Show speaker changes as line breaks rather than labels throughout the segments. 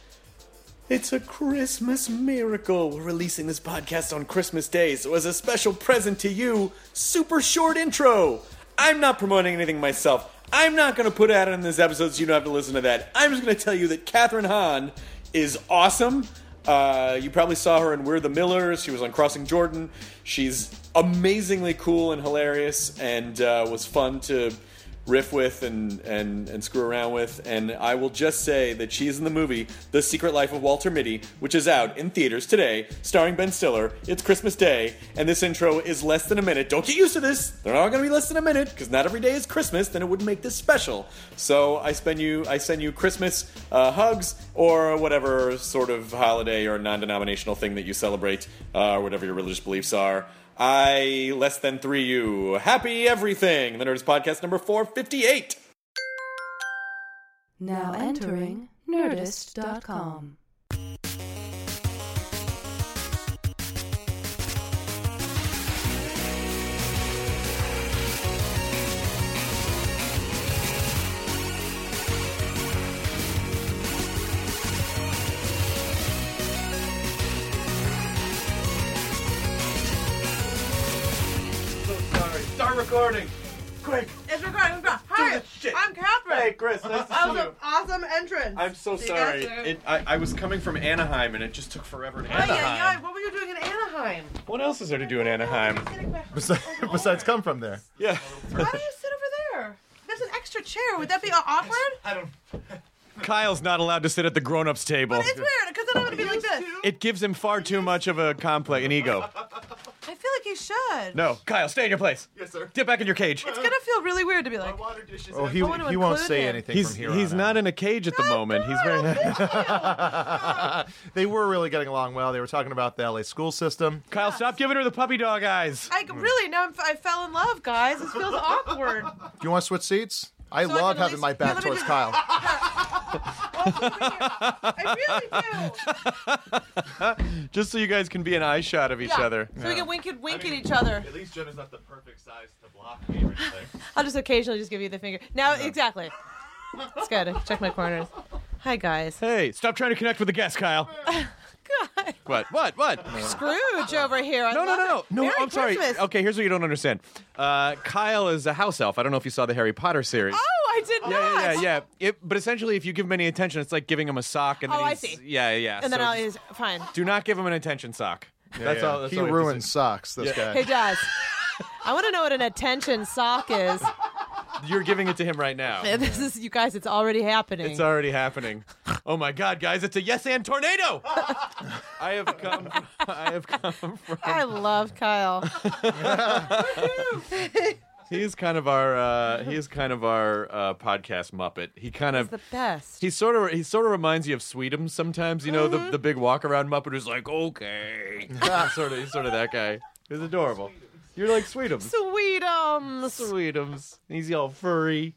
It's a Christmas miracle. We're releasing this podcast on Christmas Day, so as a special present to you, super short intro. I'm not promoting anything myself. I'm not going to put out in this episode so you don't have to listen to that. I'm just going to tell you that Catherine Hahn is awesome. Uh, you probably saw her in We're the Millers. She was on Crossing Jordan. She's amazingly cool and hilarious and uh, was fun to riff with and, and, and screw around with. And I will just say that she's in the movie The Secret Life of Walter Mitty, which is out in theaters today, starring Ben Stiller. It's Christmas Day, and this intro is less than a minute. Don't get used to this. They're not going to be less than a minute because not every day is Christmas. Then it wouldn't make this special. So I spend you, I send you Christmas uh, hugs or whatever sort of holiday or non-denominational thing that you celebrate, uh, or whatever your religious beliefs are. I less than three you. Happy everything. The Nerds Podcast number 458.
Now entering Nerdist.com.
So sorry. Start recording. Quick.
It's recording. It's recording.
Do
Hi,
this shit.
I'm Catherine.
Hey, Chris. Nice to
That
see
was an
you.
awesome entrance.
I'm so
See you
sorry.
guys soon.
It, I, I was coming from Anaheim and it just took forever to
Ay,
Anaheim.
ay, ay, what were you doing in Anaheim?
What else is there to do in Anaheim?
Besides, besides come from there.
Yeah.
Oh, Why do you sit over there? There's an extra chair. Would that be uh, awkward?
Kyle's not allowed to sit at the grown-ups table.
It's weird because then I'm gonna be like this.
It gives him far too much of a complex, an ego.
I feel like you should.
No, Kyle, stay in your place. Yes, sir. Get back in your cage.
It's gonna feel really weird to be like.
Oh, he,
I want to
he won't
include
say
him.
anything
He's
from here
he's
on
not
out.
in a cage at the moment. He's very.
They were really getting along well. They were talking about the LA school system.
Kyle, stop giving her the puppy dog eyes.
I really now I'm, I fell in love, guys. This feels awkward.
Do you want to switch seats? I
So I
love
can at
having my
least-
back
yeah, let me
towards
just-
Kyle.
I really do.
Just so you guys can be an eye shot of each
Yeah.
other.
So we can wink and wink at each other.
At least Jenna's not the perfect size to block me or anything.
I'll just occasionally just give you the finger. Now, exactly. It's good. Check my corners. Hi, guys.
Hey, stop trying to connect with the guest, Kyle. What? What? What?
Scrooge over here. I
No, no,
love
no, no.
it.
No,
Merry
I'm
Christmas.
sorry. Okay, here's what you don't understand. Uh, Kyle is a house elf. I don't know if you saw the Harry Potter series.
Oh, I did
Yeah,
not.
yeah, yeah, yeah. It, but essentially, if you give him any attention, it's like giving him a sock, and then
Oh, I
he's,
see.
yeah, yeah.
And then
so
I'll
just
is fine.
do not give him an attention sock. that's
Yeah.
all. Oh, That's
he
all we have to
ruins socks, this
He
guy.
does. I want to know what an attention sock is.
say. You're giving it to him right now.
This is, you guys, it's already happening.
It's already happening. Oh my God, guys! It's a yes and tornado. I have come. I have come from.
I love Kyle.
He's kind of our. Uh, he's kind of our uh, podcast muppet. He kind of.
The best.
He sort of he sort of reminds you of Sweetums sometimes. You know
Mm-hmm.
the the big walk around Muppet who's like, okay, He's sort of he's sort of that guy. He's adorable. You're like Sweetums.
Sweetums.
Sweetums. He's all furry.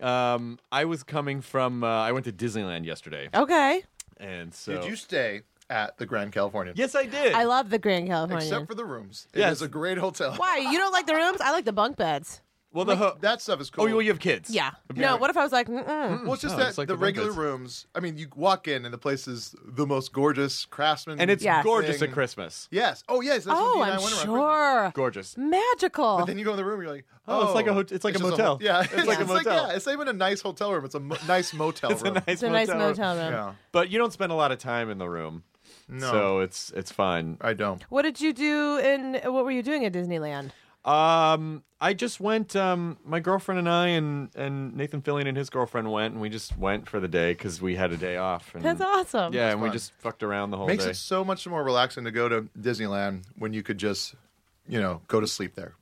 Um, I was coming from. Uh, I went to Disneyland yesterday,
Okay.
and so
Did you stay at the Grand Californian?
Yes, I did.
I love the Grand California.
Except for the rooms.
Yes.
It is a great hotel.
Why? You don't like the rooms? I like the bunk beds.
well the ho-
That stuff is cool.
oh you, well, you have kids.
Yeah. No, what if I was like, mm-mm.
Well, it's just
Oh,
that
it's like
the,
the bunk
regular
beds.
rooms. I mean, you walk in and the place is the most gorgeous craftsman.
and it's
Yeah.
gorgeous
thing.
at Christmas.
Yes. Oh, yes. That's
oh,
what Dee and
I'm
I went around.
sure.
Gorgeous.
Magical.
But then you go in the room, you're like,
Oh,
oh,
it's like a hot- it's like a
just
motel.
ho- yeah,
It's like a motel.
yeah, it's not even a nice hotel room. It's a mo- nice motel
It's a
room.
nice,
it's a nice motel room.
Yeah.
But you don't spend a lot of time in the room.
No.
So it's it's fine.
I don't.
What did you do in what were you doing at
Mm.
Disneyland?
Um, I just went. Um, my girlfriend and I and and Nathan Fillion and his girlfriend went, and we just went for the day because we had a day off. And,
That's awesome.
Yeah, and we
fun.
just fucked around the whole
Makes
day.
it so much more relaxing to go to Disneyland when you could just, you know, go to sleep there.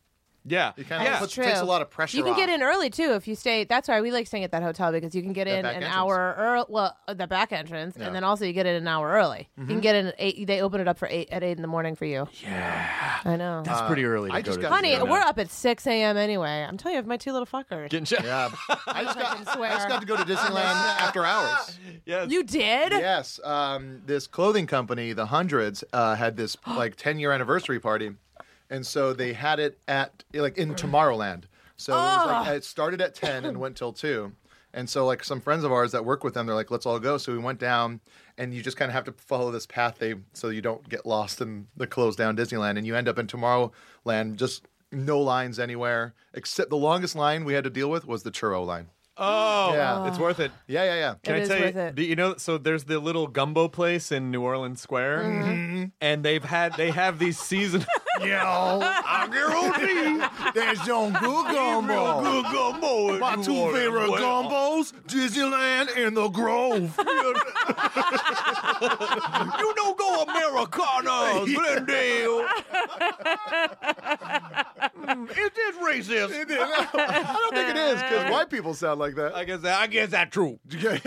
yeah,
It kind of
yeah.
puts, takes a lot of pressure
You can
off.
get in early too if you stay. That's why we like staying at that hotel because you can get in an
back entrance.
hour early. Well, uh, the back entrance,
Yeah. Mm-hmm.
and then also you get in an hour early. You can get in at eight. They open it up for eight at eight in the morning for you. Yeah, I know.
That's pretty early. To
uh, I
go
just
to
got-
Honey,
Yeah.
we're up at six a.m. anyway. I'm telling you, I have my two little fuckers.
Getting checked.
Yeah. I just got,
fucking swear.
I just got to go to Disneyland after hours.
Yes.
you did?
Yes. Um, this clothing company, The Hundreds, uh, had this like 10 year anniversary party. And so they had it at, like, in Tomorrowland. So it, was like, it started at 10 and went till 2. And so, like, some friends of ours that work with them, they're like, let's all go. So we went down, and you just kind of have to follow this path they so you don't get lost in the closed down Disneyland. And you end up in Tomorrowland, just no lines anywhere, except the longest line we had to deal with was the churro line.
Oh,
Yeah.
it's worth it.
Yeah, yeah, yeah.
Can
It
I
is
tell
worth
you?
it.
do you know, so there's the little gumbo place in New Orleans Square, Mm-hmm. and they've had they have these season.
Yo, I guarantee there's some good gumbo.
gumbo. in
My
New
two
Orleans
favorite
Square.
gumbos, Disneyland and the Grove.
You don't go Americanos, Glendale. Mm, is this racist?
I don't think it is because white people sound like that.
I guess that, I guess that's true. Um,
Yeah,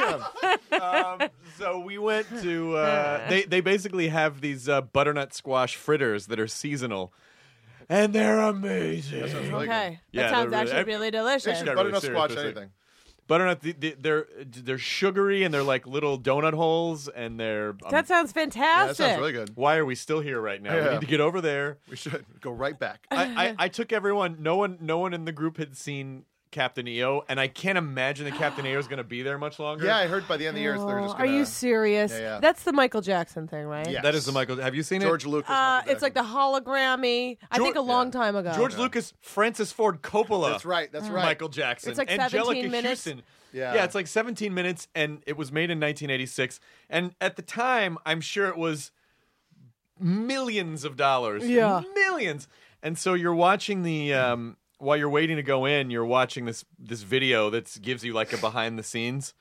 yeah.
So we went to uh, they they basically have these uh, butternut squash fritters that are seasonal, and they're amazing.
Really good.
Okay,
Yeah,
that sounds
they're really-
actually really delicious.
Got really
Butternut
serious
squash,
for a second.
anything.
Butternut th- th- they're they're sugary and they're like little donut holes and they're. um,
That sounds
Yeah,
fantastic.
that sounds really good.
why are we still here right now? We
Yeah.
need to get over there.
We should go right back.
I, I, I took everyone. No one, no one in the group had seen Captain EO, and I can't imagine that Captain EO is going to be there much longer.
Yeah, I heard by the end of the year, they're just
Are
gonna.
you serious?
Yeah, yeah.
That's the Michael Jackson thing, right?
Yeah.
that is the Michael. Have you seen
George
it?
Lucas.
Uh,
Michael
it's like
Jackson.
the hologrammy. I
Geor-
think a long time ago.
George Lucas, Francis Ford Coppola.
That's right. That's right.
Mm. Michael Jackson.
It's like
Angelica
17 minutes.
Houston.
Yeah.
yeah, it's like 17 minutes, and it was made in 1986. And at the time, I'm sure it was millions of dollars.
Yeah.
millions. And so you're watching the um, while you're waiting to go in, you're watching this this video that gives you like a behind the scenes.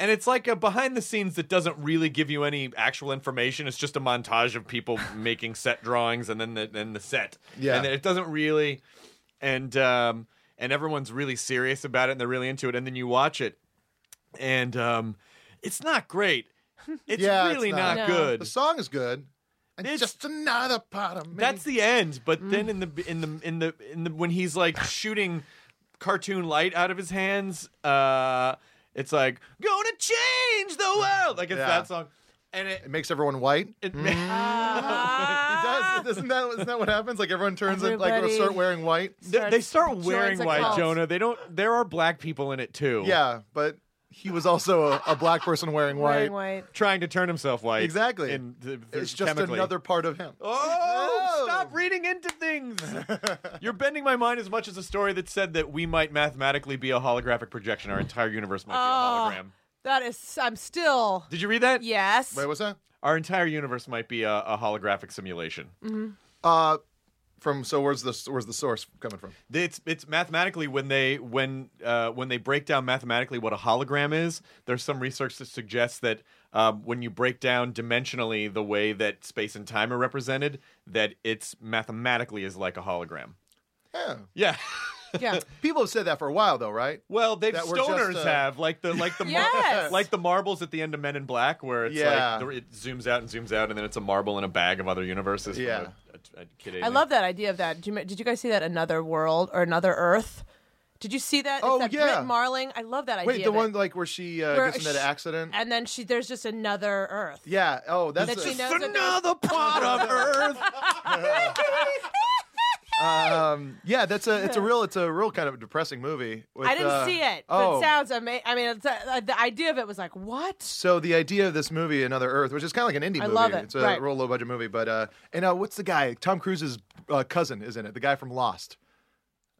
And it's like a behind the scenes that doesn't really give you any actual information. It's just a montage of people making set drawings and then the, then the set.
Yeah.
And it doesn't really and um and everyone's really serious about it and they're really into it and then you watch it and um it's not great. It's
Yeah, it's
really not,
not.
No.
good.
The song is good. And
It's-
just another part of me.
That's the end. But
Mm.
then in the in the in the in the when he's like shooting cartoon light out of his hands, uh, it's like gonna change the world. Like it's
Yeah. Mm.
that song, and it.
It makes everyone white.
it
Ah,
Ah,
It does. Isn't that, isn't that what happens? Like everyone turns and like
Everybody-
start wearing white.
they, they start wearing
a
white,
cult.
Jonah. They don't. There are black people in it too.
Yeah, but he was also a, a black person wearing white.
Wearing white.
trying to turn himself white.
Exactly.
In, th- th-
It's just
chemically.
another part of him.
Oh,
Oh.
stop reading into things. You're bending my mind as much as a story that said that we might mathematically be a holographic projection. Our entire universe might be a hologram.
That is. I'm still.
Did you read that?
Yes.
Wait, what's that?
Our entire universe might be a, a holographic simulation.
Uh, from so where's the where's the source coming from?
It's it's mathematically when they when uh, when they break down mathematically what a hologram is. There's some research that suggests that um, when you break down dimensionally the way that space and time are represented, that it's mathematically is like a hologram.
Yeah,
Yeah.
Yeah.
people have said that for a while though, right?
Well, they
That
have
we're just,
stoners
uh,
have like the like the mar-
Yes.
like the marbles at the end of Men in Black, where it's
Yeah.
like the- it zooms out and zooms out, and then it's a marble in a bag of other universes. from
Yeah.
a- a- a kid
I
alien.
love that idea of that. Did you, did you guys see that Another World or Another Earth? Did you see that? It's
Oh,
that
yeah.
Brit Marling. I love that idea.
Wait, the
of it.
one like where she uh,
Where
gets in that
she-
accident.
And then she, there's just another Earth.
yeah. Oh, that's
That she
a-
knows that there's-
part of Earth.
um, yeah. That's a it's a real it's a real kind of depressing movie. with,
I didn't
uh,
see it, but
Oh,
it sounds amazing. I mean, it's, uh, the idea of it was like, what?
so the idea of this movie, Another Earth, which is kind of like an indie
I
movie.
love it,
It's a
right.
real low budget movie, but uh, and uh, what's the guy? Tom Cruise's uh, cousin is in it. The guy from Lost.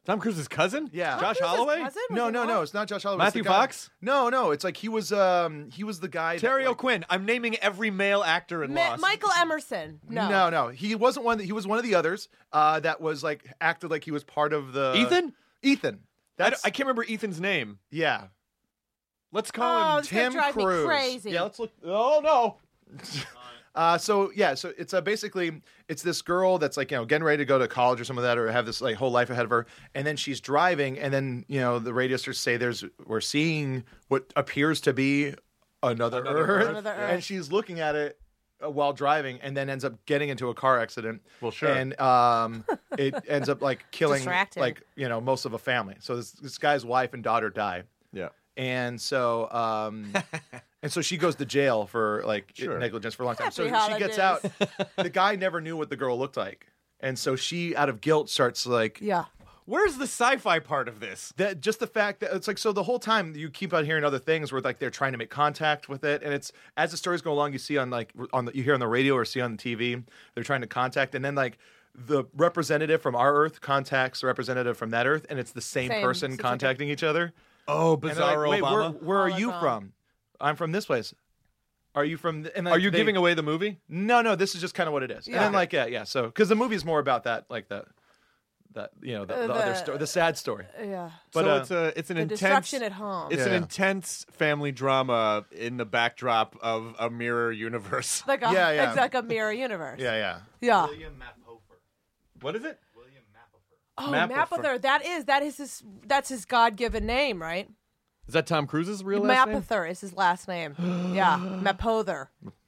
Tom Cruise's cousin?
Yeah. Tom
Josh
Who's his
Holloway?
cousin? Was
No,
he
no,
not?
no. It's not Josh Holloway. it's the
Matthew
guy-
Fox?
No, no. It's like he was. Um, he was the guy. that,
Terry
like-
O'Quinn. I'm naming every male actor in
Ma-
Lost.
Michael Emerson. No.
no, no. He wasn't one. That, he was one of the others uh, that was like acted like he was part of the
Ethan?
Ethan.
I,
That's
don't- I can't remember Ethan's name.
yeah.
Let's call
Oh,
him
it's gonna
Tim
drive
Cruise.
me crazy.
Yeah, let's look. Oh no.
Uh, so yeah, so it's uh, basically it's this girl that's like you know getting ready to go to college or some of that, or have this like whole life ahead of her, and then she's driving, and then you know the radiosters say there's we're seeing what appears to be another, Earth,
Another Earth.
and she's looking at it uh, while driving, and then ends up getting into a car accident.
Well, sure.
and um, it ends up like killing
Distracted.
like you know most of a family. So this, this guy's wife and daughter die
Yeah.
and so um and so she goes to jail for like
Sure.
negligence for a long time so
Happy
she gets out the guy never knew what the girl looked like and so she out of guilt starts like
Yeah.
Where's the sci-fi part of this?
that just the fact that it's like so the whole time you keep on hearing other things where like they're trying to make contact with it and it's as the stories go along you see on like on the, you hear on the radio or see on the TV they're trying to contact and then like the representative from our earth contacts the representative from that earth and it's the same,
Same.
person
So it's like a-
contacting each other
Oh,
and they're like,
Bizarro
Wait, where,
Obama.
where are you
Obama.
from? I'm from this place. Are you from? th- And
Are you
they-
giving away the movie?
No, no. This is just kind of what it is. And then like yeah, yeah. So because the movie's more about that, like that, that you know, the, the, other
Uh, the-
story, the sad story.
Yeah.
But uh,
So
it's a it's an
The
intense
disruption at home.
it's an
Yeah.
intense family drama in the backdrop of a mirror universe.
like a,
Yeah, yeah.
It's like a mirror universe.
Yeah, yeah.
Yeah.
What is it?
Oh,
Mapplethorpe.
Mapother. That is that is his that's his God given name, right?
Is that Tom Cruise's real last name?
Mapother is his last name. yeah. Mapother.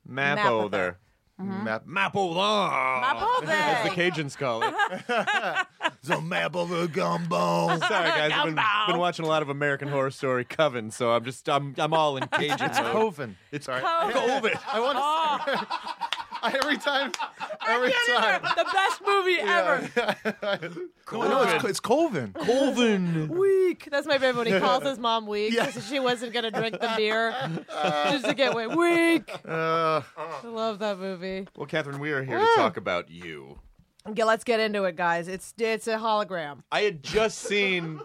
Mapo there.
Mm-hmm.
Map-
Mapo
Mapother.
As the Cajuns call it.
the map of the gumbo.
Sorry guys, I've been, been watching a lot of American Horror Story Coven, so I'm just I'm I'm all in Cajun.
It's
mode.
Coven. It's Oh. all
Oh,
right.
Coven.
I want to. every time. Every time.
the best movie ever.
No, no, it's, it's Coven.
Coven.
Weak. That's my favorite when he calls his mom weak because she wasn't gonna drink the beer just to get away. Weak.
Uh,
I love that movie.
Well, Catherine, we are here
Mm.
to talk about you.
Okay, let's get into it, guys. It's it's a hologram.
I had just seen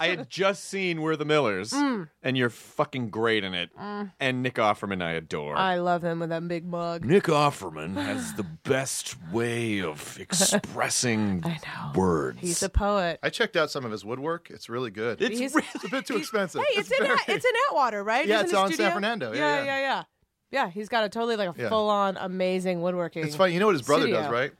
I had just seen We're the Millers
Mm.
and you're fucking great in it. And Nick Offerman I adore.
I love him with that big mug.
Nick Offerman has the best way of expressing words.
He's a poet.
I checked out some of his woodwork. It's really good.
it's
he's-
really
a bit too expensive.
Hey, it's, in
very-
At, it's in Atwater, right?
Yeah,
Isn't
it's
his
on San
studio?
Fernando. Yeah,
yeah,
yeah.
yeah, yeah. Yeah, he's got a totally like a
Yeah.
full on amazing woodworking.
It's funny. You know what his brother
Studio.
does, right?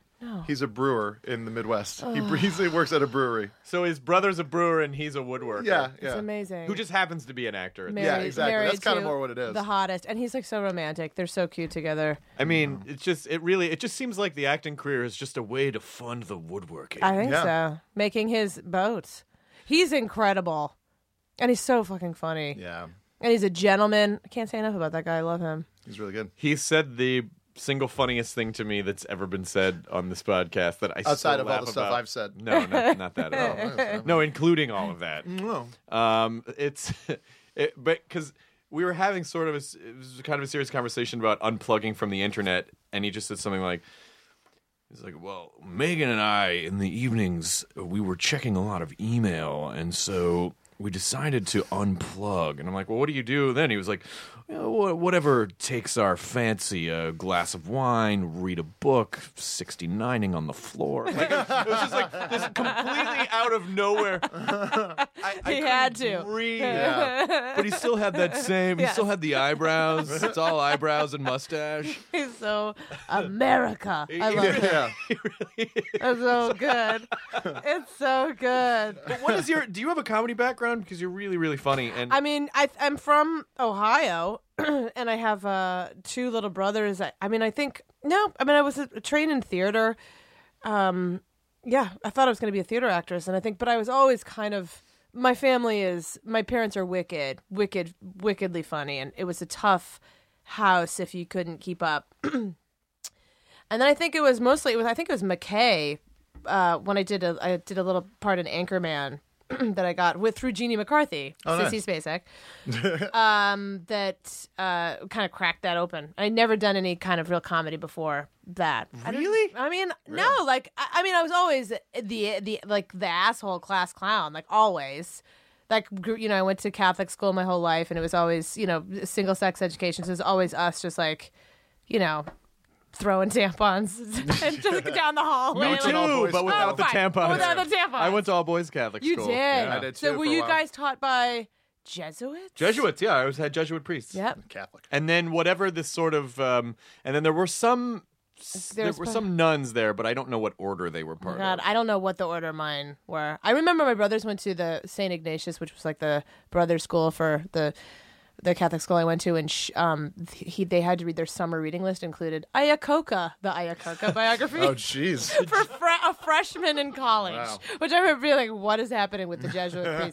He's a brewer in the Midwest. He bre- he works at a brewery.
So his brother's a brewer and he's a woodworker.
Yeah, yeah.
It's amazing.
Who just happens to be an actor.
married,
Yeah, exactly.
married
That's kinda
to
more what it is.
The hottest, and he's like so romantic. They're so cute together.
I mean, it's just it really it just seems like the acting career is just a way to fund the woodworking.
I think
Yeah.
so. Making his boats, he's incredible, and he's so fucking funny.
Yeah,
And he's a gentleman. I can't say enough about that guy. I love him.
he's really good.
he said the single funniest thing to me that's ever been said on this podcast that I still
Outside of all
laugh
the stuff
about.
I've said.
No, no, not that at all. no, including all of that.
No.
Um, it's it, but because we were having sort of a s- it was kind of a serious conversation about unplugging from the internet, and he just said something like. He's like, well, Megan and I in the evenings we were checking a lot of email, and so we decided to unplug. And I'm like, well, what do you do then? He was like, well, wh- whatever takes our fancy, a glass of wine, read a book, 69ing on the floor. Like, it was just like this completely out of nowhere. I, I
He had
couldn't
to.
read. But he still had that same. He still had the eyebrows. It's all eyebrows and mustache.
He's so America. I love it.
Yeah.
It's so good. It's so good.
what is your do you have a comedy background because you're really really funny and
I mean, I, I'm from Ohio, and I have uh, two little brothers. I, I mean, I think no. I mean, I was a, trained in theater. Um, yeah, I thought I was going to be a theater actress, and I think, but I was always kind of. My family is. My parents are wicked, wicked, wickedly funny, and it was a tough house if you couldn't keep up. and then I think it was mostly. It was. I think it was McKay. Uh, when I did a, I did a little part in Anchorman that I got with through Jeannie McCarthy,
Oh,
Sissy Spacek, um, that uh, kind of cracked that open. I'd never done any kind of real comedy before that. I didn't-
Really?
I, mean, no. Like, I, I mean, I was always the the like the asshole class clown. Like always. Like gr- you know, I went to Catholic school my whole life, and it was always you know single sex education. So it was always us, just like you know, throwing tampons and just down the hallway.
Me
like-
too, but without
Oh,
the
fine.
tampons.
Without the tampons.
I went to all boys Catholic
You
school.
did.
Yeah.
I did
so
too
were
for a
you
while.
guys taught by Jesuits?
Jesuits, yeah, I always had Jesuit priests.
Yep.
Catholic.
And then whatever this sort of, um, and then there were some, there,
There's
were
pro-
some nuns there, but I don't know what order they were part
God,
of.
I don't know what the order of mine were. I remember my brothers went to the St. Ignatius, which was like the brother's school for the the Catholic school I went to, and sh- um, he they had to read their summer reading list included Iacocca, the Iacocca biography.
Oh, jeez.
for fre- a freshman in college,
Wow.
which I remember being like, "What is happening with the Jesuit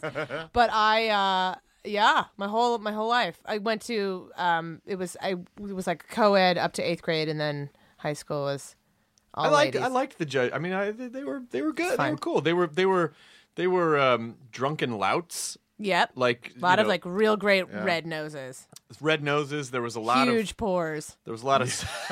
priests?" But I, uh, yeah, my whole my whole life, I went to um, it was I it was like co-ed up to eighth grade, and then high school was all
I liked,
ladies.
I liked the judge. I mean, I, they they were, they were good. They
fine.
were cool. They were, they were, they were um, drunken louts.
yep,
Like
a lot
you
of
know,
like real great red noses,
red noses. There was a lot
huge
of
pores.
there was a lot of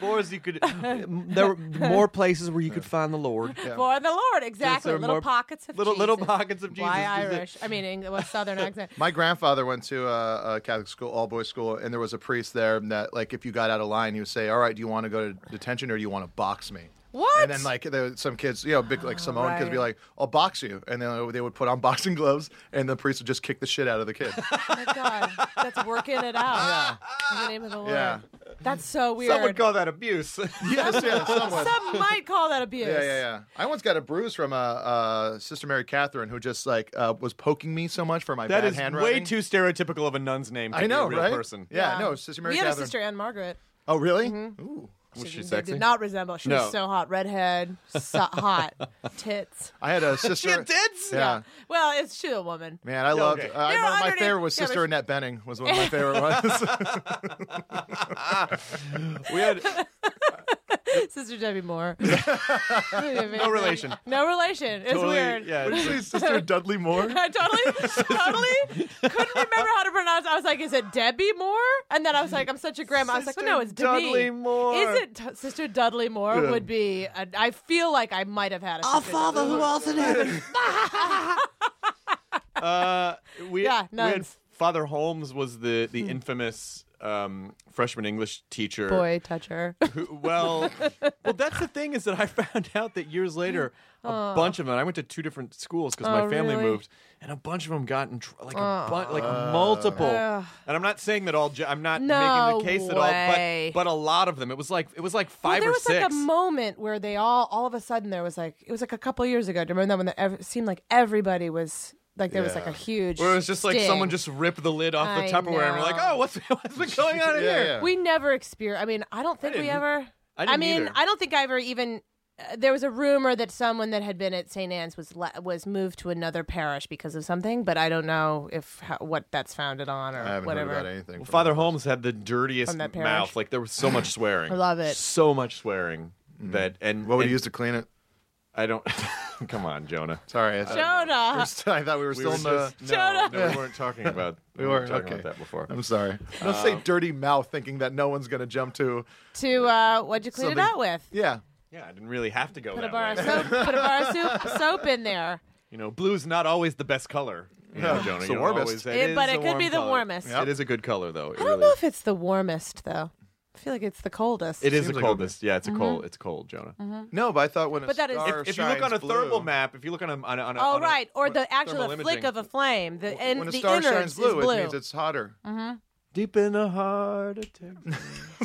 boys. You could there were more places where you could find the Lord.
For the Lord, exactly.
there
Little
more-
pockets of
little-
Jesus.
little pockets of
Why
Jesus, is it-
Irish? I mean, Eng- what Southern accent?
My grandfather went to a, a Catholic school, all boys school, and there was a priest there that, like, if you got out of line, he would say, "All right, do you want to go to detention or do you want to box me?"
What?
And then, like, there were some kids, you know, big like Samoan kids, would be
right.
like, "I'll box you," and then uh, they would put on boxing gloves, and the priest would just kick the shit out of the kid.
Oh my God, that's working it out. In the name of the Lord.
Yeah.
That's so weird.
Some would call that abuse.
yes, yeah, someone.
Some might call that abuse.
Yeah, yeah, yeah. I once got a bruise from uh, uh, Sister Mary Catherine, who just like uh, was poking me so much for my
that
bad
is
handwriting.
way too stereotypical of a nun's name. To
I know,
be a real
right?
Person.
Yeah, no, Sister Mary
we had
Catherine.
a sister, Anne Margaret.
Oh, really?
Mm-hmm.
Ooh.
Was she
They
sexy?
did not resemble. She
No.
was so hot, redhead, so hot, tits.
I had a sister.
She did.
Yeah.
Well, it's she's a woman.
Man, I loved.
okay.
Uh, I
They're
remember my
underneath-
favorite was
yeah,
Sister
but-
Annette Benning was one of my favorite ones.
We had
Sister Debbie Moore.
no relation.
No relation. It's
Totally,
weird.
Yeah.
What did you say, Sister Dudley Moore?
I totally, totally couldn't remember how to pronounce. I was like, "Is it Debbie Moore?" And then I was like, "I'm such a grandma." I was like, well,
Sister
"No, it's Debbie
Dudley Moore.
Is it t- Sister Dudley Moore? Would be. A, I feel like I might have had a. sister Dudley Moore.
in heaven. uh, we,
Yeah,
we had
nuns. Hmm.
Father Holmes was the the infamous um, freshman English teacher.
Boy, touch her.
Who, well, well, that's the thing is that I found out that years later, a bunch of them. I went to two different schools because my
Oh,
family
really?
moved, and a bunch of them got in tr- like a bunch, like
Uh.
multiple. and I'm not saying that all. Ju- I'm not making
No
the case
way.
that all, but but a lot of them. It was like it was like
Well,
five
there
or
was
six.
like a moment where they all, all of a sudden, there was like it was like a couple years ago. Do you remember that when the, ev- it seemed like everybody was like there was like a huge.
Where it was just like
sting.
someone just ripped the lid off the
I
Tupperware and we're like,
know.
oh, what's, what's been going on in
Yeah,
here?
yeah.
We never experienced. I mean, I don't think we
didn't.
ever.
I didn't
mean,
either.
I don't think I ever even. Uh, there was a rumor that someone that had been at St. Anne's was le- was moved to another parish because of something, but I don't know if how, what that's founded on or
I haven't
whatever.
heard about anything.
Well,
from
Father
her.
Holmes had the dirtiest
From that parish.
mouth. Like there was so much swearing.
I love it.
So much swearing that and
Mm. What would
and
he use to clean it?
I don't. Come on, Jonah.
Sorry, I thought,
Jonah.
I thought we were
We
still
were
in the.
just- no, no, we weren't talking about.
We
we
were
weren't
talking
talking
okay.
about that before.
I'm sorry. Don't say
Oh.
dirty mouth, thinking that no one's gonna jump to.
to uh, what'd you clean
Something-
it out with?
Yeah,
Yeah, I didn't really have to go
Put a
that
bar of
way.
soap. put a bar of soup, soap in there.
You know, blue's not always the best color. You know, Jonah,
It's
you
the
don't
warmest.
always-
Yeah,
is
but
a
it could
warm
be the
color.
warmest.
It is a good color though. It
I don't
really
know
is.
if it's the warmest though. I feel like it's the coldest.
It is
Seems
the
like it would be.
coldest. Yeah, it's
Mm-hmm.
a cold. It's cold, Jonah.
no, but I thought when a
But that is- If-
star
If you look on
shines
a thermal
blue-
map, if you look on a on a, on a
Oh
uh, on a-
right, or
what-
the actual
thermal
flick
imaging.
of a flame. The and
when a
the
star
innards
shines blue,
is blue.
it means it's hotter.
deep in the heart. attack.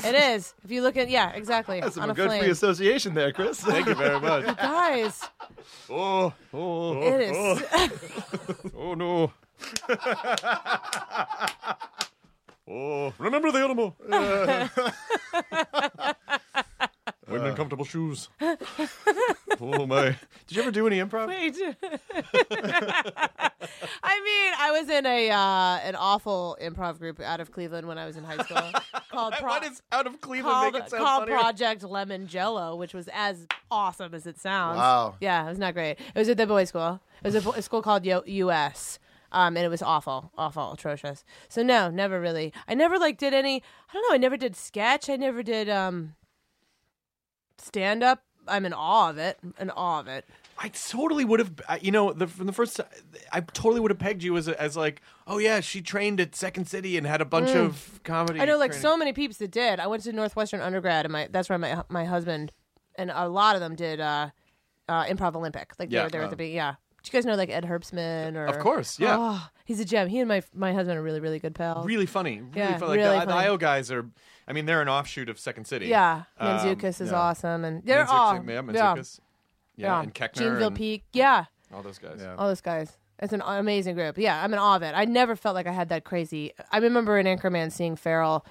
It is. If you look at yeah, exactly
That's
on
some
a
good
flame.
free association there, Chris.
Thank you very much.
Guys,
Oh, oh,
it is.
oh no. oh, remember the animal. Women in comfortable shoes. oh my! Did you ever do any improv?
Wait. I mean, I was in a uh, an awful improv group out of Cleveland when I was in high school called Pro-
What is out of Cleveland
called,
make it sound
called
funnier?
Project Lemon Jello, which was as awesome as it sounds.
Wow.
Yeah, it was not great. It was at the boys' school. It was a, bo- a school called Yo- US. Um, and it was awful, awful, atrocious. So no, never really. I never like did any. I don't know. I never did sketch. I never did um stand up. I'm in awe of it. In awe of it.
I totally would have, I- you know, the, from the first, ti- I totally would have pegged you as, a, as like, oh yeah, she trained at Second City and had a bunch of comedy.
Mm. I know, like
training.
so many peeps that did. I went to Northwestern undergrad, and my that's where my my husband and a lot of them did uh, uh, improv Olympic. Like they
Yeah.
were there at the
Oh.
beginning. Yeah, do you guys know like Ed Herbstman or?
Of course, yeah.
Oh, he's a gem. He and my my husband are really really good pals.
really funny. Really
Yeah,
funny. Like,
really
the, the
funny.
IO guys are, I mean, they're an offshoot of Second City.
Yeah,
Um,
Manzukis is
yeah.
awesome, and they're
Manzukis,
all
yeah,
yeah,
Manzukis. Yeah, and Keckner
Jeanville
and
Peak, yeah,
all those guys.
Yeah.
all those guys. It's an amazing group. Yeah, I'm in awe of it. I never felt like I had that crazy. I remember in Anchorman seeing Farrell,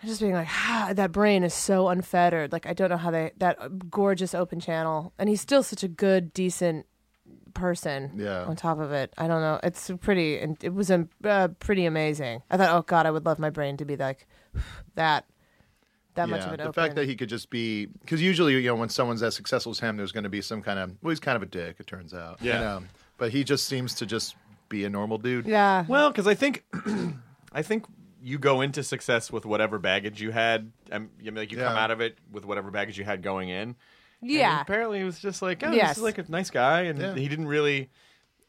and just being like, ah, that brain is so unfettered. Like I don't know how they that gorgeous open channel, and he's still such a good, decent person.
Yeah.
On top of it, I don't know. It's pretty, and it was um, uh, pretty amazing. I thought, oh God, I would love my brain to be like that. That much of an
the
open.
fact that he could just be because usually you know when someone's as successful as him, there's going to be some kind of well, he's kind of a dick. It turns out,
Yeah.
And, um, but he just seems to just be a normal dude.
yeah.
Well, because I think, I think you go into success with whatever baggage you had. Um, you know, like you come
Yeah.
out of it with whatever baggage you had going in. And
Yeah.
apparently, it was just like, oh,
Yes.
this is like a nice guy, and
Yeah.
he didn't really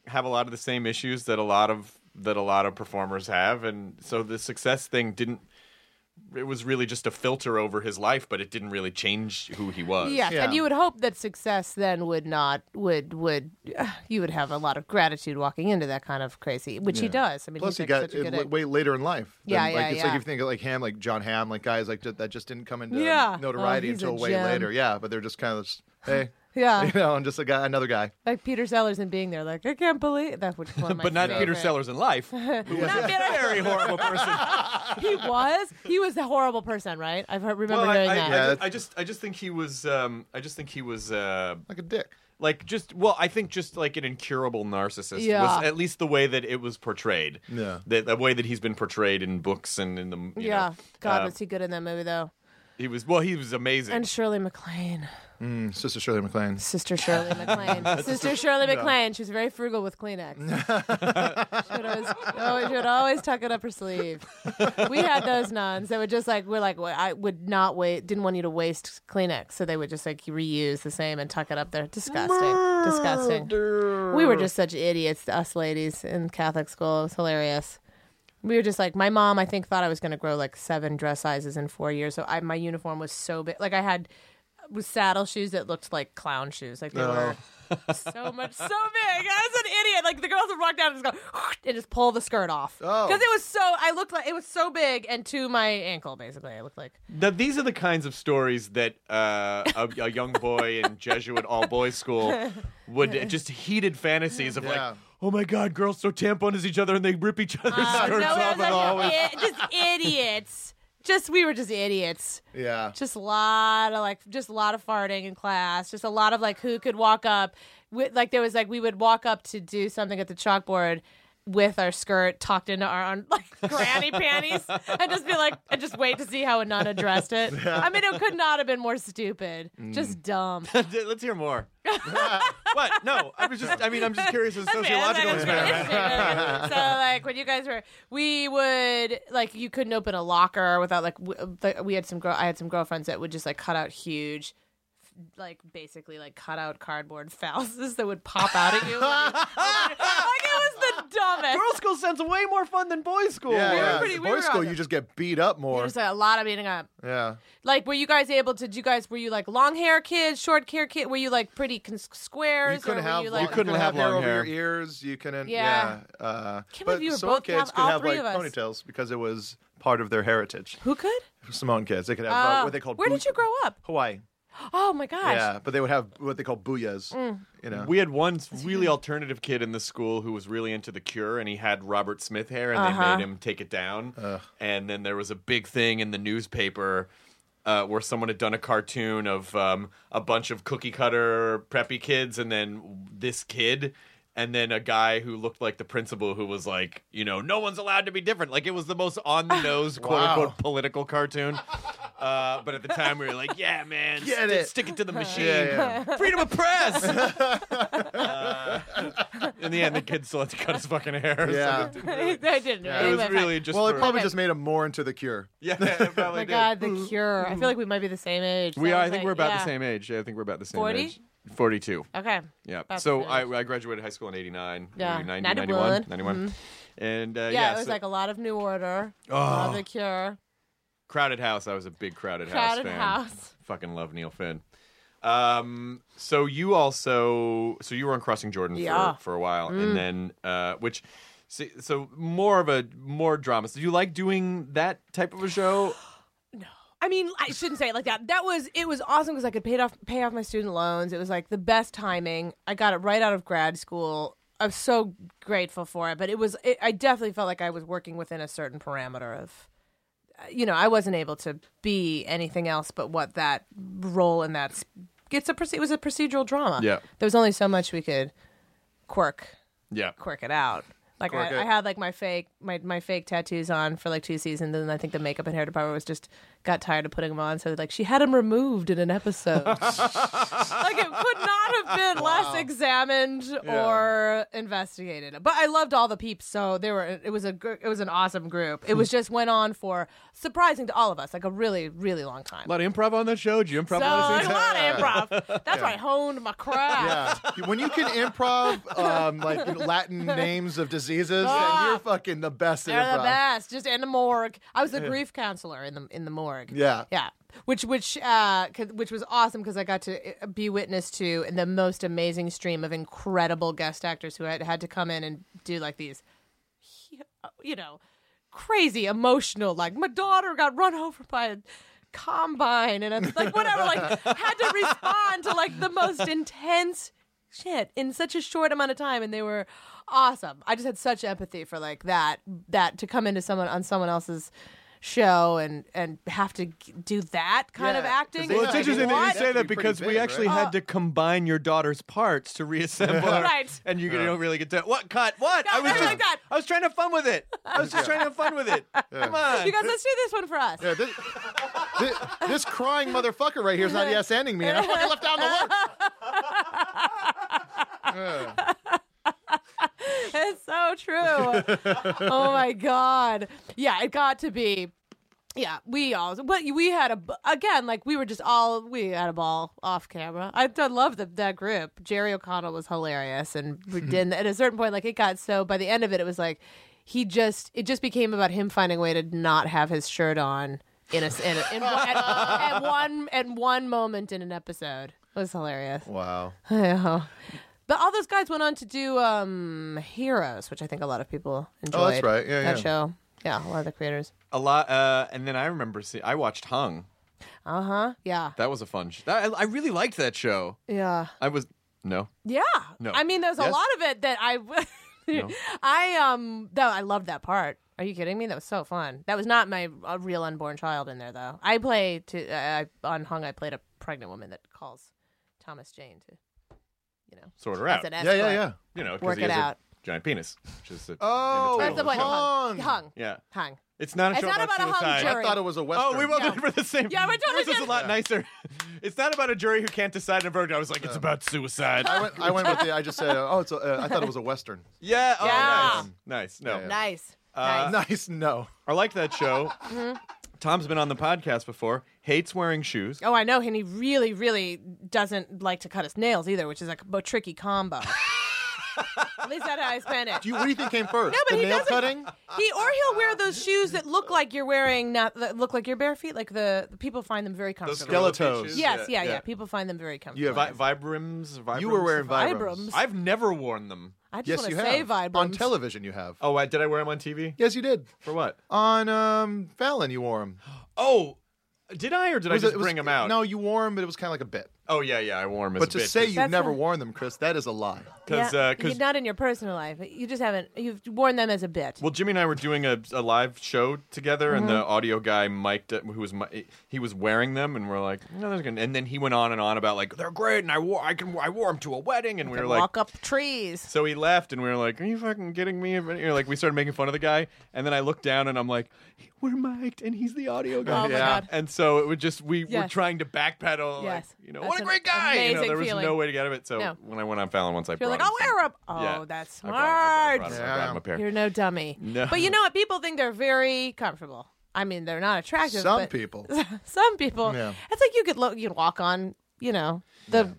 have a lot of the same issues that a lot of that a lot of performers have, and so the success thing didn't. It was really just a filter over his life, but it didn't really change who he was.
Yeah.
Yeah.
and you would hope that success then would not would would you would have a lot of gratitude walking into that kind of crazy, which he does. I mean,
Plus,
he's
he
like,
got
such a
it
good
la- way later in life. than,
Yeah,
like,
yeah,
It's
yeah.
like if you think of like Ham, like John Ham, like guys like ju- that just didn't come into
Yeah.
notoriety
Oh, he's a
until way
gem.
later. Yeah, but they're just kind of just, hey,
yeah,
you know, I'm just a guy, another guy.
like Peter Sellers and being there, like I can't believe that. Which one of my
But not Peter
favorite-
Sellers in life, who was a very horrible person.
He was he was a horrible person, right? I remember
Well, I,
hearing
I- I
that.
Yeah,
ju-
that's-
I just, I just think he was, um, I just think he was, uh,
Like a dick.
like just, well, I think just like an incurable narcissist
Yeah.
was at least the way that it was portrayed.
Yeah.
the, the way that he's been portrayed in books and in the, you
yeah,
know,
God,
uh,
was he good in that movie though?
he was, well, he was amazing.
And Shirley MacLaine,
Sister Shirley MacLaine.
Sister Shirley MacLaine, Sister Shirley MacLaine. She was very frugal with Kleenex. she, would always, oh, she would always tuck it up her sleeve. we had those nuns that would just like we're like I would not wait didn't want you to waste Kleenex so they would just like reuse the same and tuck it up there disgusting disgusting we were just such idiots us ladies in Catholic school it was hilarious we were just like my mom I think thought I was going to grow like seven dress sizes in four years so I my uniform was so big like I had was saddle shoes that looked like clown shoes like they were
Oh.
so much, so big. I was an idiot. Like the girls would walk down and just go and just pull the skirt off
Oh.
because it was so. I looked like it was so big and to my ankle basically. I looked like
Now, these are the kinds of stories that uh, a, a young boy in Jesuit all boys school would just heated fantasies of
Yeah.
like, oh my God, girls throw tampons at each other and they rip each other's skirts
Ah, no,
off
it was
and all.
like, i- just idiots. Just we were just idiots.
Yeah.
Just a lot of like, just a lot of farting in class. Just a lot of like, who could walk up with like there was like we would walk up to do something at the chalkboard with our skirt tucked into our own like granny panties and just be like and just wait to see how Anana dressed it. I mean, it could not have been more stupid. Just dumb.
Let's hear more. what? No, I was just. I mean, I'm just curious as a sociological
That's right.
experiment.
so like when you guys were, we would like you couldn't open a locker without like w- the- we had some girl. I had some girlfriends that would just like cut out huge. Like basically, like cut out cardboard falses that would pop out at you. when you opened it. like it was the dumbest.
Girls' school sounds way more fun than boys' school.
Yeah, yeah.
pretty-
At
we were
boys' school,
on
you just get beat up more.
There's like, a lot of beating up.
yeah.
Like, were you guys able to? Did you guys were you like long hair kids, short hair kid? Were you like pretty cons- squares?
You couldn't
or were
have
you,
long,
like,
You couldn't have
hair
long hair.
over your ears. You couldn't.
Yeah.
Yeah. Uh,
believe
but
you were
Samoan
both-
kids could
all
have like
three of us.
ponytails because it was part of their heritage.
Who could?
Samoan kids, they could have uh,
Oh.
what they called.
Where
boo-
did you grow up?
Hawaii.
Oh my gosh. Mm.
Yeah, but they would have what they call booyahs. You know.
We had one really alternative kid in the school who was really into The Cure, and he had Robert Smith hair, and they made him take it down. And then there was a big thing in the newspaper uh, where someone had done a cartoon of um, a bunch of cookie cutter preppy kids, and then this kid. and then a guy who looked like the principal who was like, you know, no one's allowed to be different. Like it was the most on the nose, quote
Wow.
unquote, political cartoon. Uh, but at the time, we were like, yeah, man,
Get
st-
it.
stick it to the machine.
Yeah,
Freedom of press. Uh, in the end, the kid still had to cut his fucking hair. so
Yeah.
it
I didn't.
didn't-
Yeah.
really
it was
affect-
really just.
Well, it
for-
probably just made him more into the cure.
Yeah, it
Oh
probably
my
did.
God, The Cure. I feel like we might be the same age.
We
So
are. I
was
think
like,
we're about
yeah.
the same age. Yeah, I think we're about the same
40?
age. Forty-two.
Okay.
Yeah.
About
so
the same age.
I, I graduated high school in '89.
Yeah.
90,
91.
91. 91. And uh, yeah,
Yeah, it was
so-
like a lot of New Order, a lot of The Cure,
Crowded House. I was a big Crowded,
Crowded
House fan.
House.
Fucking love Neil Finn. Um, so you also, so you were on Crossing Jordan
Yeah. Mm.
for, for a while, and then, uh, which, so, so more of a more dramas. Did you like doing that type of a show?
I mean, I shouldn't say it like that. That was it was awesome because I could pay off pay off my student loans. It was like the best timing. I got it right out of grad school. I'm so grateful for it. But it was it, I definitely felt like I was working within a certain parameter of, uh, you know, I wasn't able to be anything else but what that role in that. It's a proce- it was a procedural drama.
Yeah.
there was only so much we could quirk
Yeah.
quirk it out. Like
Quirk
I, I
it.
had like my fake my, my fake tattoos on for like two seasons, and then I think the makeup and hair department was just got tired of putting them on, so like she had them removed in an episode. like it could not have been less examined or investigated. But I loved all the peeps, so they were it was a gr- it was an awesome group. It was just went on for surprising to all of us, like a really really long time.
A lot of improv on that show. Did you improv?
so
on that
like,
scene?
a lot of improv. That's why I honed my craft.
Yeah. when you can improv um, like Latin names of diseases,
Ah.
then you're fucking the best at
They're the
improv.
best. Just in the morgue. I was a grief counselor in the in the morgue.
Yeah.
yeah. Which which uh 'cause- which was awesome because I got to uh, be witness to the most amazing stream of incredible guest actors who had had to come in and do like these, you know, crazy emotional. Like my daughter got run over by a combine and it's like whatever. like had to respond to like the most intense shit in such a short amount of time and they were awesome i just had such empathy for like that that to come into someone on someone else's show and and have to g- do that kind of
Yeah, 'cause
acting
they
Well,
Yeah,
it's
I
interesting
mean,
that
what?
you say that
That'd be pretty
because we
big,
actually
right?
had to combine your daughter's parts to reassemble. her.
Oh. Right.
And you, you don't really get to what cut what?
No, no, like that.
I was trying to have fun with it. I was just trying to have fun with it. Come on.
you guys let's do this one for us
Yeah, this, this, this crying motherfucker right here is not yes ending me, and I fucking left down the work.
it's so true oh my god yeah it got to be yeah, we all, but we had a, b- again, like we were just all, we had a ball off camera. I, I love the, that group. Jerry O'Connell was hilarious. And we did, at a certain point, like it got so, by the end of it, it was like, he just, it just became about him finding a way to not have his shirt on in a, s- in, a- in, one- at, at one, at one moment in an episode. It was hilarious.
Wow.
Yeah. But all those guys went on to do um, Heroes, which I think a lot of people enjoyed.
that's right. Yeah,
that
yeah.
show. Yeah, a lot of the creators.
a lot. Uh, and then I remember see, I watched Hung.
Uh huh. Yeah.
That was a fun. Sh- that, I, I really liked that show.
Yeah.
I was no.
Yeah.
No.
I mean, there's a
Yes?
lot of it that I, I um, though I loved that part. Are you kidding me? That was so fun. That was not my uh, real unborn child in there though. I play to uh, I, on Hung. I played a pregnant woman that calls Thomas Jane to, you know,
Sort her
as
out.
an
Yeah,
escort.
yeah, yeah.
You know, 'cause
Work
he
it
has a
out.
giant penis, which is a,
Oh,
in
That's the point. of
Hung.
Hung. Hung.
Yeah,
Hung.
it's not a
It's
show
not about a hung
suicide.
jury.
I thought it was a western.
Oh, we both
Yeah.
for the same.
Yeah, we're totally
Yours was a lot nicer. It's not about a jury who can't decide a verdict. I was like, it's about suicide.
I went. I went with the. I just said. Oh, it's. A, uh, I thought it was a western.
yeah. Oh,
Yeah.
nice. Nice. No,
Nice.
Uh,
Uh,
nice.
nice. No.
I like that show.
Mm-hmm.
Tom's been on the podcast before. Hates wearing shoes.
Oh, I know, and he really, really doesn't like to cut his nails either, which is like a tricky combo. At least that's how I spend it.
Do you, what do you think came first?
no, but
the
he
nail
doesn't.
cutting.
He or he'll wear those shoes that look like you're wearing, not that look like your bare feet. Like the, the people find them very comfortable.
skeleton
Skeletons.
shoes?
yes, yeah, yeah, People find them very
You
comfortable.
have
Vi- Vibrams. Vibrams.
You were wearing
Vibrams.
Vibrams.
I've never worn them.
I just
Yes,
want
you
to
have.
say vibrams
On television, you have.
Oh, I, did I wear them on TV?
Yes, you did.
For what?
On um, Fallon, you wore them.
Oh, did I or did I just bring them out?
No, you wore them, but it was kind of like a bit.
Oh yeah, yeah. I wore him as
But
a
to
bitch.
say you've
That's
never
a-
worn them, Chris, that is a lie.
because
Yeah,
uh, 'cause-
you- not in your personal life. You just haven't. You've worn them as a bit.
Well, Jimmy and I were doing a, a live show together, and the audio guy mic'd it, who was mi- he was wearing them, and we're like, no, there's gonna. And then he went on and on about like they're great, and I wore I can I wore them to a wedding, and we were like,
Walk up trees.
so he left, and we were like, are you fucking kidding me? And, you know, like we started making fun of the guy, and then I looked down, and I'm like, we're mic'd, and he's the audio guy.
Oh my
Yeah.
god.
And so it would just we were
Yes.
trying to backpedal. Like,
Yes.
you know
That's
what a
an
great guy. You know,
amazing
there was
feeling.
no way to get out of it. So
No.
when I went on Fallon once, I
You're
brought
like,
him
I'll
some.
wear them. Oh,
Yeah.
that's
I brought him- I brought him- I brought
smart.
him- I brought him up here.
You're no dummy.
No.
But you know what? People think they're very comfortable. I mean, they're not attractive.
Some
but
people.
Some people.
Yeah.
It's like you could look. You could walk on. You know the.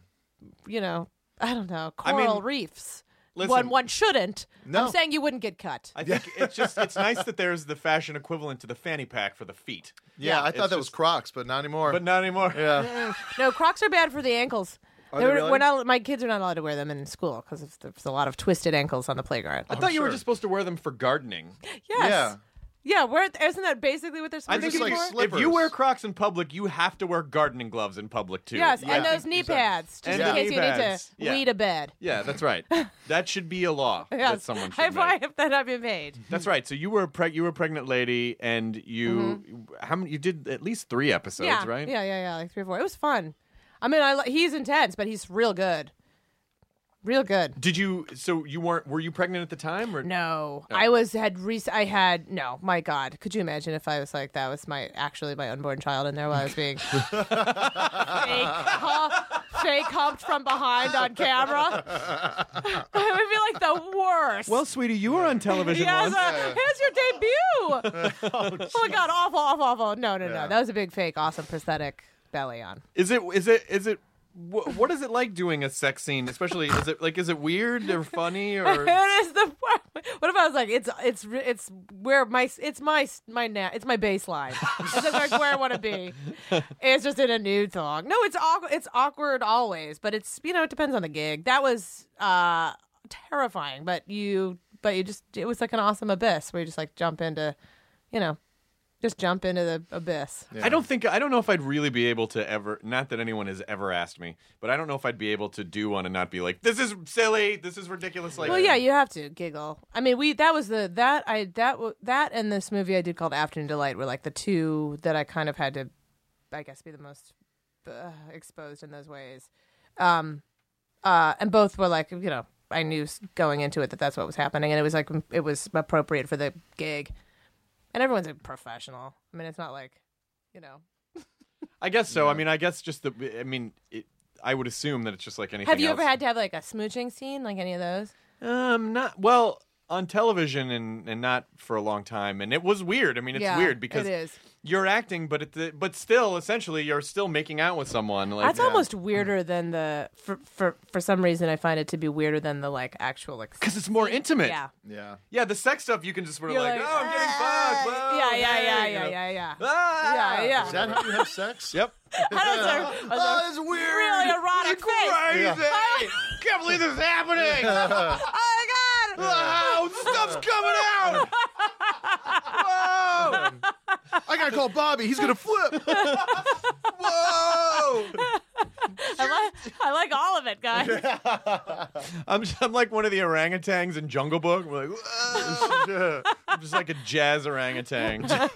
You know I don't know
I mean,
coral reefs.
listen-
one one shouldn't.
No.
I'm saying you wouldn't get cut.
I think it's just it's nice that there's the fashion equivalent to the fanny pack for the feet,
Yeah, I
It's
thought that was
just-
Crocs, but not anymore.
but not anymore.
yeah.
No, Crocs are bad for the ankles.
Are they
They're-
really?
We're not. My kids are not allowed to wear them in school because there's a lot of twisted ankles on the playground.
I thought you were just supposed to wear them for gardening.
yes.
Oh, Yeah.
Yeah, we're, isn't that basically what they're supposed
I think
just
to
if,
like
be
you,
for?
slip-
if you wear Crocs in public, you have to wear gardening gloves in public too.
Yes,
Yeah.
and those knee
Exactly.
pads, just
And
in
knee
case you need to
pads. Yeah.
weed a bed.
Yeah, that's right. That should be a law
Yes,
that someone should
I've-
make.
I have that not been made.
That's right. So you were a preg- you were a pregnant lady, and you how many? You did at least three episodes,
Mm-hmm. yeah,
right?
yeah, yeah, yeah. Like three or four. It was fun. I mean, I li- he's intense, but he's real good, real good.
Did you? So you weren't? Were you pregnant at the time? Or
No, I was had rec- I had no. My God, could you imagine if I was like that was my actually my unborn child in there while I was being fake, hu- fake humped from behind on camera? I would be like the worst.
Well, sweetie, you were on television
Yes,
once.
uh, here's your debut. oh, my god, awful, awful, awful. No, no, no. That was a big fake, awesome prosthetic belly on.
Is it? Is it? Is it? Wh- what is it like doing a sex scene? Especially, is it like is it weird or funny or?
It is the part. What if I was like, it's it's re- it's where my it's my my na- it's my baseline. it's just like where I want to be. It's just in a nude thong. No, it's awkward. It's awkward always, but it's you know it depends on the gig. That was uh terrifying, but you but you just it was like an awesome abyss where you just like jump into, you know, just jump into the abyss.
I don't think I don't know if I'd really be able to ever. Not that anyone has ever asked me, but I don't know if I'd be able to do one and not be like, "This is silly. This is ridiculous." Like,
Well, yeah, you have to giggle. I mean, we that was the that I that w- that and this movie I did called Afternoon Delight were like the two that I kind of had to, I guess, be the most uh, exposed in those ways. Um, uh, and both were like, you know, I knew s- going into it that that's what was happening, and it was like it was appropriate for the gig, and everyone's a professional. I mean, it's not like, you know,
I guess so. I mean, I guess just the. I mean, it, I would assume that it's just like anything.
have you ever
else.
had to have like a smooching scene, like any of those?
Um, not well on television and and not for a long time, and it was weird. I mean, it's
Yeah,
weird because
it is.
you're acting, but at the, but still, essentially, you're still making out with someone. Like, Mm.
That's almost weirder than the for, for for some reason I find it to be weirder than the like actual like
because it's more intimate.
yeah
Yeah.
Yeah, the sex stuff you can just sort of
You're
like,
like, "Ah."
oh, I'm getting fucked. Whoa,
yeah yeah
hey,"
yeah
you
yeah
know.
yeah yeah.
Ah!
Yeah, yeah.
Is that how you have sex?
Yep.
That was a, was
Oh, that's
a
weird.
really erotic face.
Crazy. Can't believe this is happening.
Oh my god!
wow, stuff's coming out. Whoa.
I gotta call Bobby. He's gonna flip.
Whoa.
I like I like all of it, guys.
I'm, just, I'm like one of the orangutans in Jungle Book. We're like, whoa. I'm just like a jazz orangutan.
How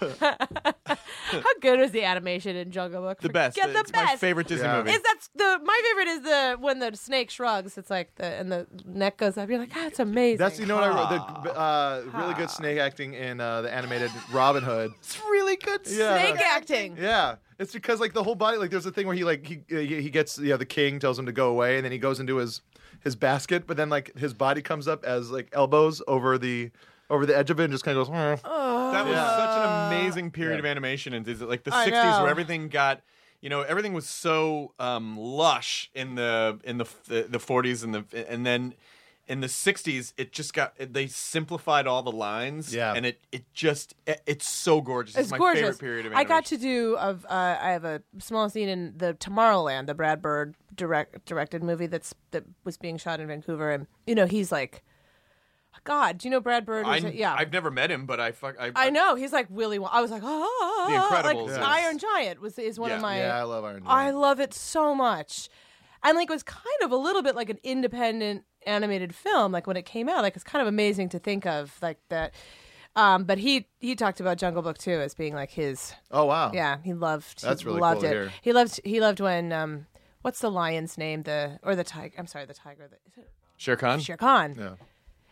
good was the animation in Jungle Book?
The best.
Get the
it's
best.
my favorite Disney
Yeah.
movie.
Is that's the my favorite is the when the snake shrugs. It's like the and the neck goes up. You're like, ah, it's amazing.
That's you know what I wrote. The uh, really good snake acting in uh, the animated Robin Hood.
it's really good.
Yeah.
snake
uh,
acting.
Yeah, it's because like the whole body, like there's a thing where he like he uh, he he gets you know the king tells him to go away, and then he goes into his his basket, but then like his body comes up as like elbows over the over the edge of it, and just kind of goes. "Mm."
Oh.
That was such an amazing period of animation and is it like the
I
sixties
know.
where everything got you know, everything was so um, lush in the in the f- the forties and the and then in the sixties it just got they simplified all the lines.
Yeah.
And it it just it- it's so gorgeous. It's,
It's
my
gorgeous.
favorite period of
I
animation.
got to do of uh, I have a small scene in the Tomorrowland, the Brad Bird direct directed movie that's that was being shot in Vancouver, and you know he's like God, do you know Brad Bird?
I,
Is it? Yeah,
I've never met him, but I fuck. I,
I know he's like Willy. Won- I was like, oh,
The Incredibles
Like,
is-
Iron Giant was is one
Yeah.
of my.
yeah, I love Iron Man.
I love it so much, and like it was kind of a little bit like an independent animated film. Like when it came out, like it's kind of amazing to think of like that. Um, but he he talked about Jungle Book too as being like his.
oh wow.
Yeah, he loved. he
That's really
loved
cool
it.
to hear.
He loved he loved when um, what's the lion's name the or the tiger? I'm sorry, the tiger. The, is it
Shere Khan.
Shere Khan.
Yeah.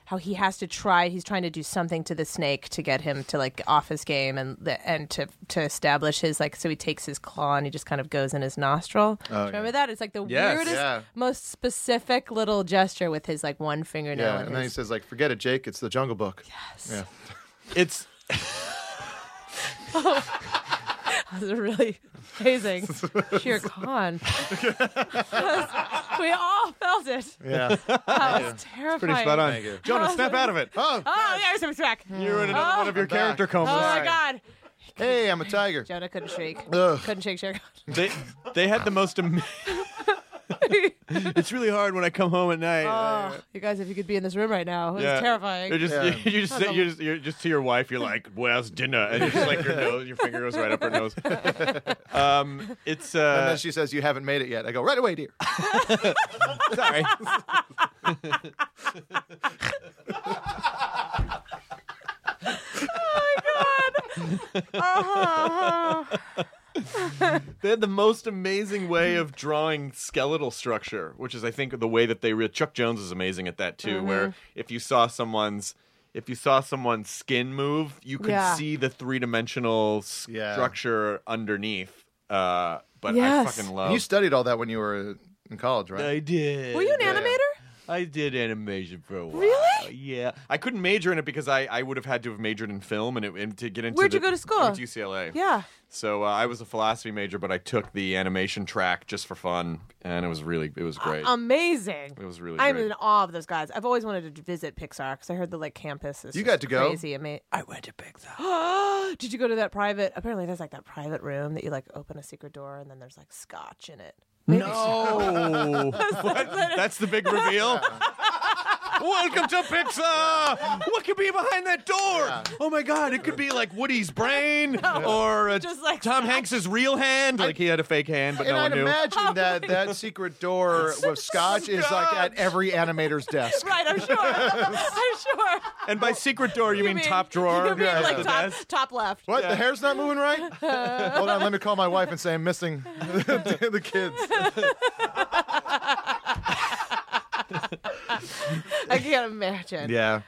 How he has to try. He's trying to do something to the snake to get him to like off his game and the- and to to establish his like. So he takes his claw and he just kind of goes in his nostril. Do you remember that? It's like the
Yes.
weirdest,
Oh, Yeah.
most specific little gesture with his like one fingernail.
Yeah,
and
and then he
his-
says like, "Forget it, Jake. It's the Jungle Book." Yes.
It's
That was really amazing. Shere Khan. we all felt it.
Yeah. Yeah.
That was terrifying.
on. Jonah, snap out of it.
oh,
Oh, there's his track.
You're in another one of your
I'm back.
character
Oh
comas.
my
Sorry.
God.
hey, I'm a tiger.
Jonah couldn't shake.
Ugh.
Couldn't shake Shere Khan.
They they had the most. Am- it's really hard when I come home at night.
Oh, you guys, if you could be in this room right now, it's
Yeah.
terrifying.
You're just,
Yeah.
you're, just sit- you're just you're just to your wife. You're like, "Where's dinner?" And you're just like your nose, your finger goes right up her nose. Um, it's
and
uh,
then she says, "You haven't made it yet." I go, "Right away, dear."
sorry.
Oh Uh-huh.
They had the most amazing way of drawing skeletal structure, which is, I think, the way that they real. Chuck Jones is amazing at that too.
Mm-hmm.
Where if you saw someone's if you saw someone's skin move, you could
Yeah.
see the three dimensional
Yeah.
structure underneath. Uh, but
Yes.
I fucking
And
love.
you studied all that when you were in college, right?
I did.
Were you an
Yeah, yeah.
animator?
I did animation for a while.
Really?
Yeah. I couldn't major in it because I, I would have had to have majored in film and, it, and to get into.
Where'd
the-
you go to school?
I went to UCLA.
Yeah.
So uh, I was a philosophy major, but I took the animation track just for fun, and it was really it was great.
Amazing.
it was really.
I'm
great.
in awe of those guys. I've always wanted to visit Pixar because I heard the like campus is
You
just
got to go?
crazy. I mean, I went to Pixar. Did you go to that private? Apparently, there's like that private room that you like open a secret door and then there's like scotch in it.
No, What? that's the big reveal. Welcome to Pixar. What could be behind that door? Oh my God! It could be like Woody's brain, or uh,
Just like
Tom Hanks's real hand. Like he had a fake hand, but
and
no
I'd
one knew.
imagine that that secret door with scotch is like at every animator's desk.
Right, I'm sure. I'm sure.
And by secret door, you, mean, top drawer?
You mean
Yeah,
like
yeah.
top, top left.
What? The hair's not moving right? Hold on, let me call my wife and say I'm missing the kids.
I can't imagine.
Yeah.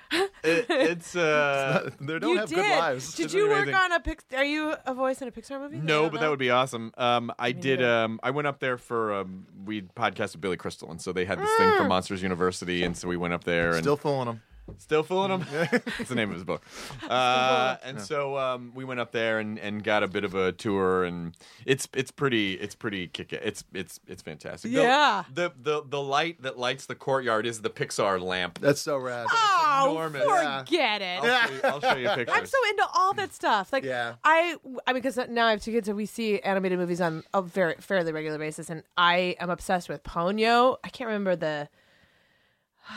It- it's uh,
They don't
you
have
did.
good lives.
Did
It's
you work
amazing.
on a Pixar? Are you a voice in a Pixar movie?
no, but that would be awesome. Um, I did. Um, I went up there for um, we podcast with Billy Crystal, and so they had this thing
Ah.
for Monsters University, and so we went up there and
Still fooling them.
Still fooling him. That's the name of his book. Uh, and so um, we went up there and, and got a bit of a tour, and it's it's pretty it's pretty kick it's it's it's fantastic. The-
Yeah.
The, the the light that lights the courtyard is the Pixar lamp.
That's so rad.
Oh,
enormous. Oh,
forget
I'll,
it.
show you, I'll show you a picture.
I'm so into all that stuff. Like,
Yeah.
I, I because now I have two kids, and we see animated movies on a very fairly regular basis, and I am obsessed with Ponyo. I can't remember the.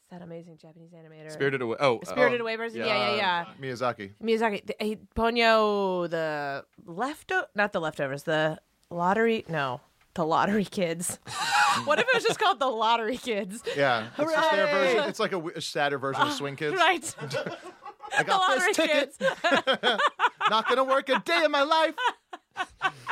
it's that amazing Japanese animator.
Spirited away. Oh, uh,
Spirited Away version.
Oh,
Yeah, yeah, yeah.
uh, Miyazaki.
Miyazaki, the, he, Ponyo, the lefto not the leftovers, the lottery, no, the lottery kids. what if it was just called the lottery kids?
Yeah. It's just their version. It's like a, w- a sadder version of Swing Kids.
Right,
I
the
got
lottery
this ticket.
kids.
Not going to work a day in my life.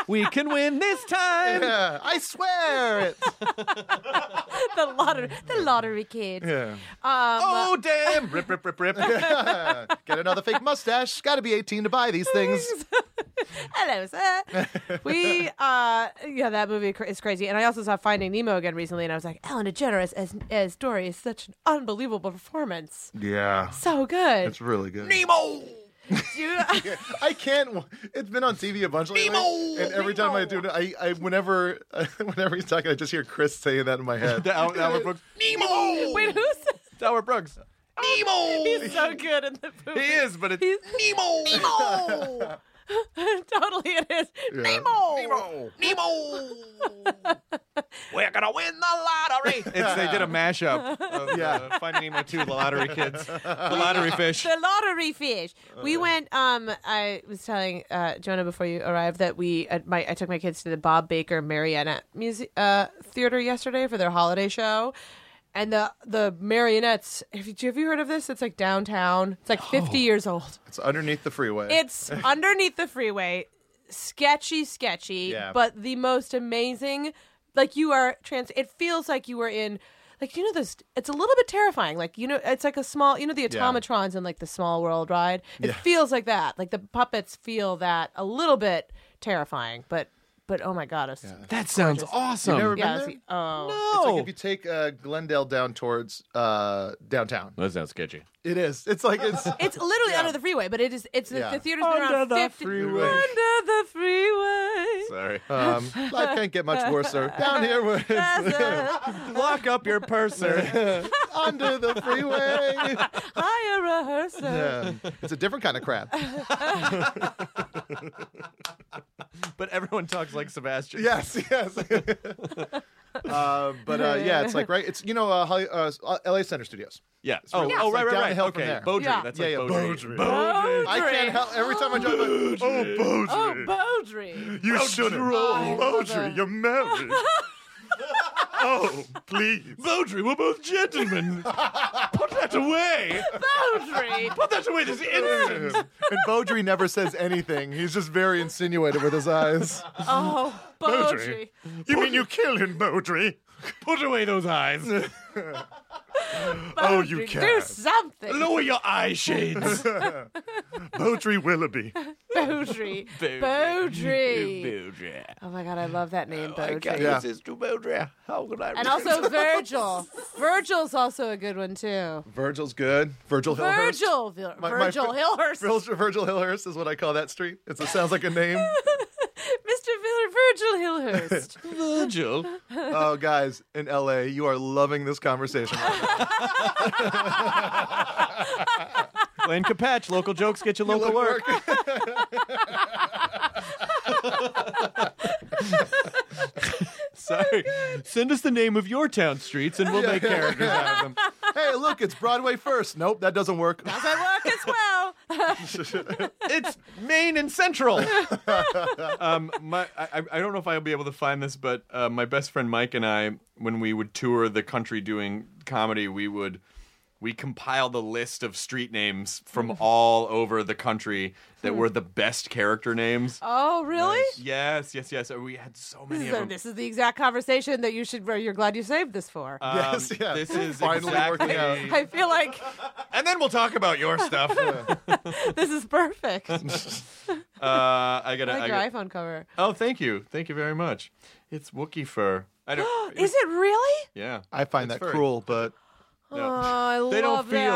We can win this time.
Yeah, I swear it.
the lottery, the lottery kids.
Yeah.
Oh damn! Rip, rip, rip, rip.
Get another fake mustache. Got to be 18 to buy these things.
Hello, sir. we, uh, yeah, that movie cr- is crazy. And I also saw Finding Nemo again recently, and I was like, Ellen DeGeneres as as Dory is such an unbelievable performance.
Yeah.
So good.
It's really good.
You-
I can't. w- It's been on TV a bunch lately, and every time I do it, I, I whenever whenever he's talking, I just hear Chris saying that in my head.
Al- Albert Brooks. Nemo.
Wait, who's?
Albert Brooks. Nemo.
He's so good in the movie.
He is, but it's
He's
Nemo. Nemo.
totally it is.
Nemo! Nemo! We're gonna win the lottery! It's, they did a mashup of yeah. Finding Nemo two, the lottery kids, the lottery fish.
the lottery fish. we went. Um, I was telling uh, Jonah before you arrived that we uh, my I took my kids to the Bob Baker Marionette Music uh, Theater yesterday for their holiday show. And the the marionettes. Have you, have you heard of this? It's like downtown. It's like fifty years old.
It's underneath the freeway.
It's underneath the freeway. Sketchy, sketchy,
Yeah.
but the most amazing. Like you are trans. It feels like you were in. Like you know this. It's a little bit terrifying. Like you know, it's like a small. You know the automatrons and like the Small World ride. It feels like that. Like the puppets feel that a little bit terrifying, but but oh my god, it's
that sounds awesome.
You've never been
yeah,
there?
it's- oh
um, It's like
no,
if you take uh, Glendale down towards uh, downtown.
that sounds sketchy.
It is. It's like it's.
It's literally under the freeway, but it is. It's
Yeah.
the theater's been around
Under the
50
freeway.
Under the freeway.
Sorry.
Um, life can't get much worse, sir. Down here, we're
Lock up your purser.
under the freeway.
Hire a rehearsal.
Yeah. It's a different kind of crab.
but everyone talks like Sebastian.
Yes, yes. uh, but uh, yeah, it's like right. It's you know, uh, Holly, uh, L.A. Center Studios.
Yeah. Oh,
Yes.
oh, right, right,
Like down
right.
the hill from
okay.
there.
Beaudry.
Yeah.
That's
Yeah,
like
yeah,
Beaudry.
Beaudry.
I can't help. Every time I drive, by, oh,
Oh, Beaudry.
You shouldn't. Beaudry, you're married. oh, please.
Beaudry, we're both gentlemen. Put that away.
Beaudry.
Put that away this instant.
and Beaudry never says anything. He's just very insinuated with his eyes.
Oh, Beaudry.
You mean you killed him, Beaudry?
Put away those eyes.
Oh, you
Do
can't.
something.
Lower your eye shades.
Beaudry Willoughby.
Beaudry. Beaudry. Oh my god, I love that name, Beaudry.
Yeah.
How could I?
And also Virgil. Virgil's also a good one too.
Virgil's good. Virgil Hillhurst.
Virgil. Vir-
My- my
Virgil
fr-
Hillhurst.
Virgil, Virgil Hillhurst is what I call that street. It's, it sounds like a name.
Mr. Vir- Virgil Hillhurst.
Virgil.
oh, guys, in LA, you are loving this conversation.
Glenn Capatch. Local jokes get you local work. Sorry. Send us the name of your town streets, and we'll make characters out of them.
hey, look, it's Broadway first. Nope, that doesn't work.
I work as well.
it's Maine and Central. um, my, I, I don't know if I'll be able to find this, but uh, my best friend Mike and I, when we would tour the country doing comedy, we would we compiled a list of street names from all over the country that were the best character names.
Hmm. Oh, really?
Yes, yes, yes. We had so many
So
of them.
this is the exact conversation that you should. You're glad you saved this for.
Um,
Yes, yeah.
This is
Finally
exactly.
working out.
I feel like
And then we'll talk about your stuff. uh,
this is perfect. I like
I gotta. I
your
gotta
iPhone cover.
oh, thank you, thank you very much. It's Wookie fur. I don't.
Is it really?
Yeah.
I find
It's
that
furry.
cruel, but
Oh, I
They don't
love
feel.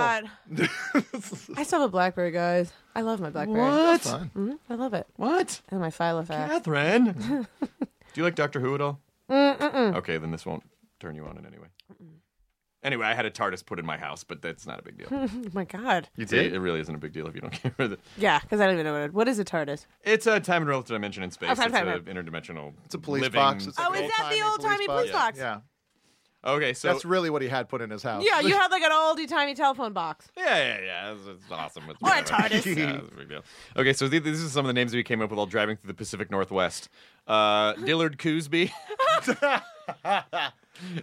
that. I still have a Blackberry, guys. I love my Blackberry. Mm-hmm.
What?
I love it.
What?
And my Filofax.
Catherine. Do you like Doctor Who at all? Mm-mm. Okay, then this won't turn you on in any way. Anyway, I had a TARDIS put in my house, but that's not a big deal.
Oh my God.
you did? It really isn't a big deal if you don't care. about it.
Yeah, because I don't even know what it, what is a TARDIS.
It's a time and relative dimension in space.
Oh, time,
it's
time,
an
time.
interdimensional.
it's a police
living-
box. It's
Oh,
like an
is that the
old-timey
old-timey police box?
Yeah.
okay, so
That's really what he had put in his house.
Yeah, you have like an oldie timey telephone box.
yeah, yeah, yeah. It's, it's awesome. It's
Or a
whatever.
TARDIS.
yeah, it's a big deal. Okay, so th- these are some of the names we came up with while driving through the Pacific Northwest. Uh, Dillard Coosby,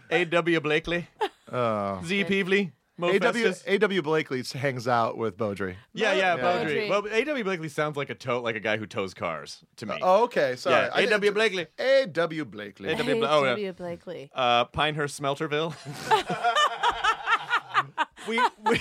A. W. Blakely, Z. Peevely. Mo
A.W.
Festus.
A.W. Blakely hangs out with Beaudry.
Yeah, yeah, Beaudry.
Beaudry.
Well, A.W. Blakely sounds like a tow, like a guy who tows cars to me.
Oh, okay. Sorry.
Yeah, A.W. Blakely.
A.W. Blakely.
A.W. Bla- oh, yeah.
W. Blakely.
Uh, Pinehurst Smelterville. we, we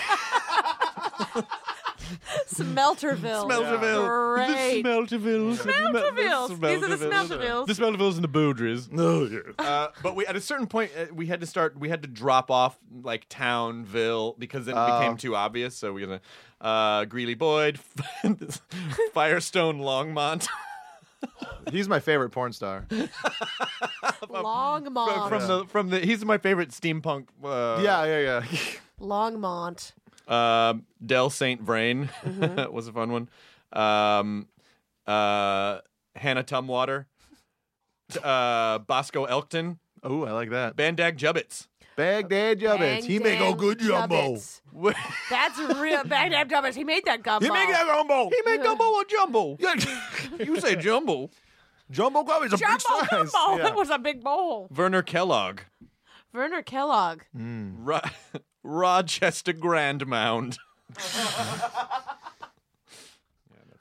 Smelterville.
Smelterville.
Great.
The Smeltervilles.
Smeltervilles. These are the Smeltervilles.
The Smeltervilles and the Beaudrys.
Oh, yeah.
Uh, but we, at a certain point, uh, we had to start. We had to drop off like Townville because then it became too obvious. So we're gonna uh, Greeley Boyd, Firestone Longmont.
He's my favorite porn star.
Uh,
Longmont.
from the from the he's my favorite steampunk uh
yeah, yeah, yeah.
Longmont.
um Del Saint Vrain
Mm-hmm.
was a fun one. Um uh Hannah Tumwater. Uh Bosco Elkton,
oh, I like that.
Bandag Jubbits.
Baghdad Jubbins. He make a
Baghdad
good jumbo.
Jubbits. That's real. Baghdad Jubbins. He made that gumbo.
He make that jumbo.
He make gumbo or jumbo? you say jumbo.
Jumbo gumbo is a
jumbo
big size.
gumbo.
Yeah.
That was a big bowl.
Werner Kellogg.
Werner Kellogg.
Mm. Ro- Rochester Grand Mound.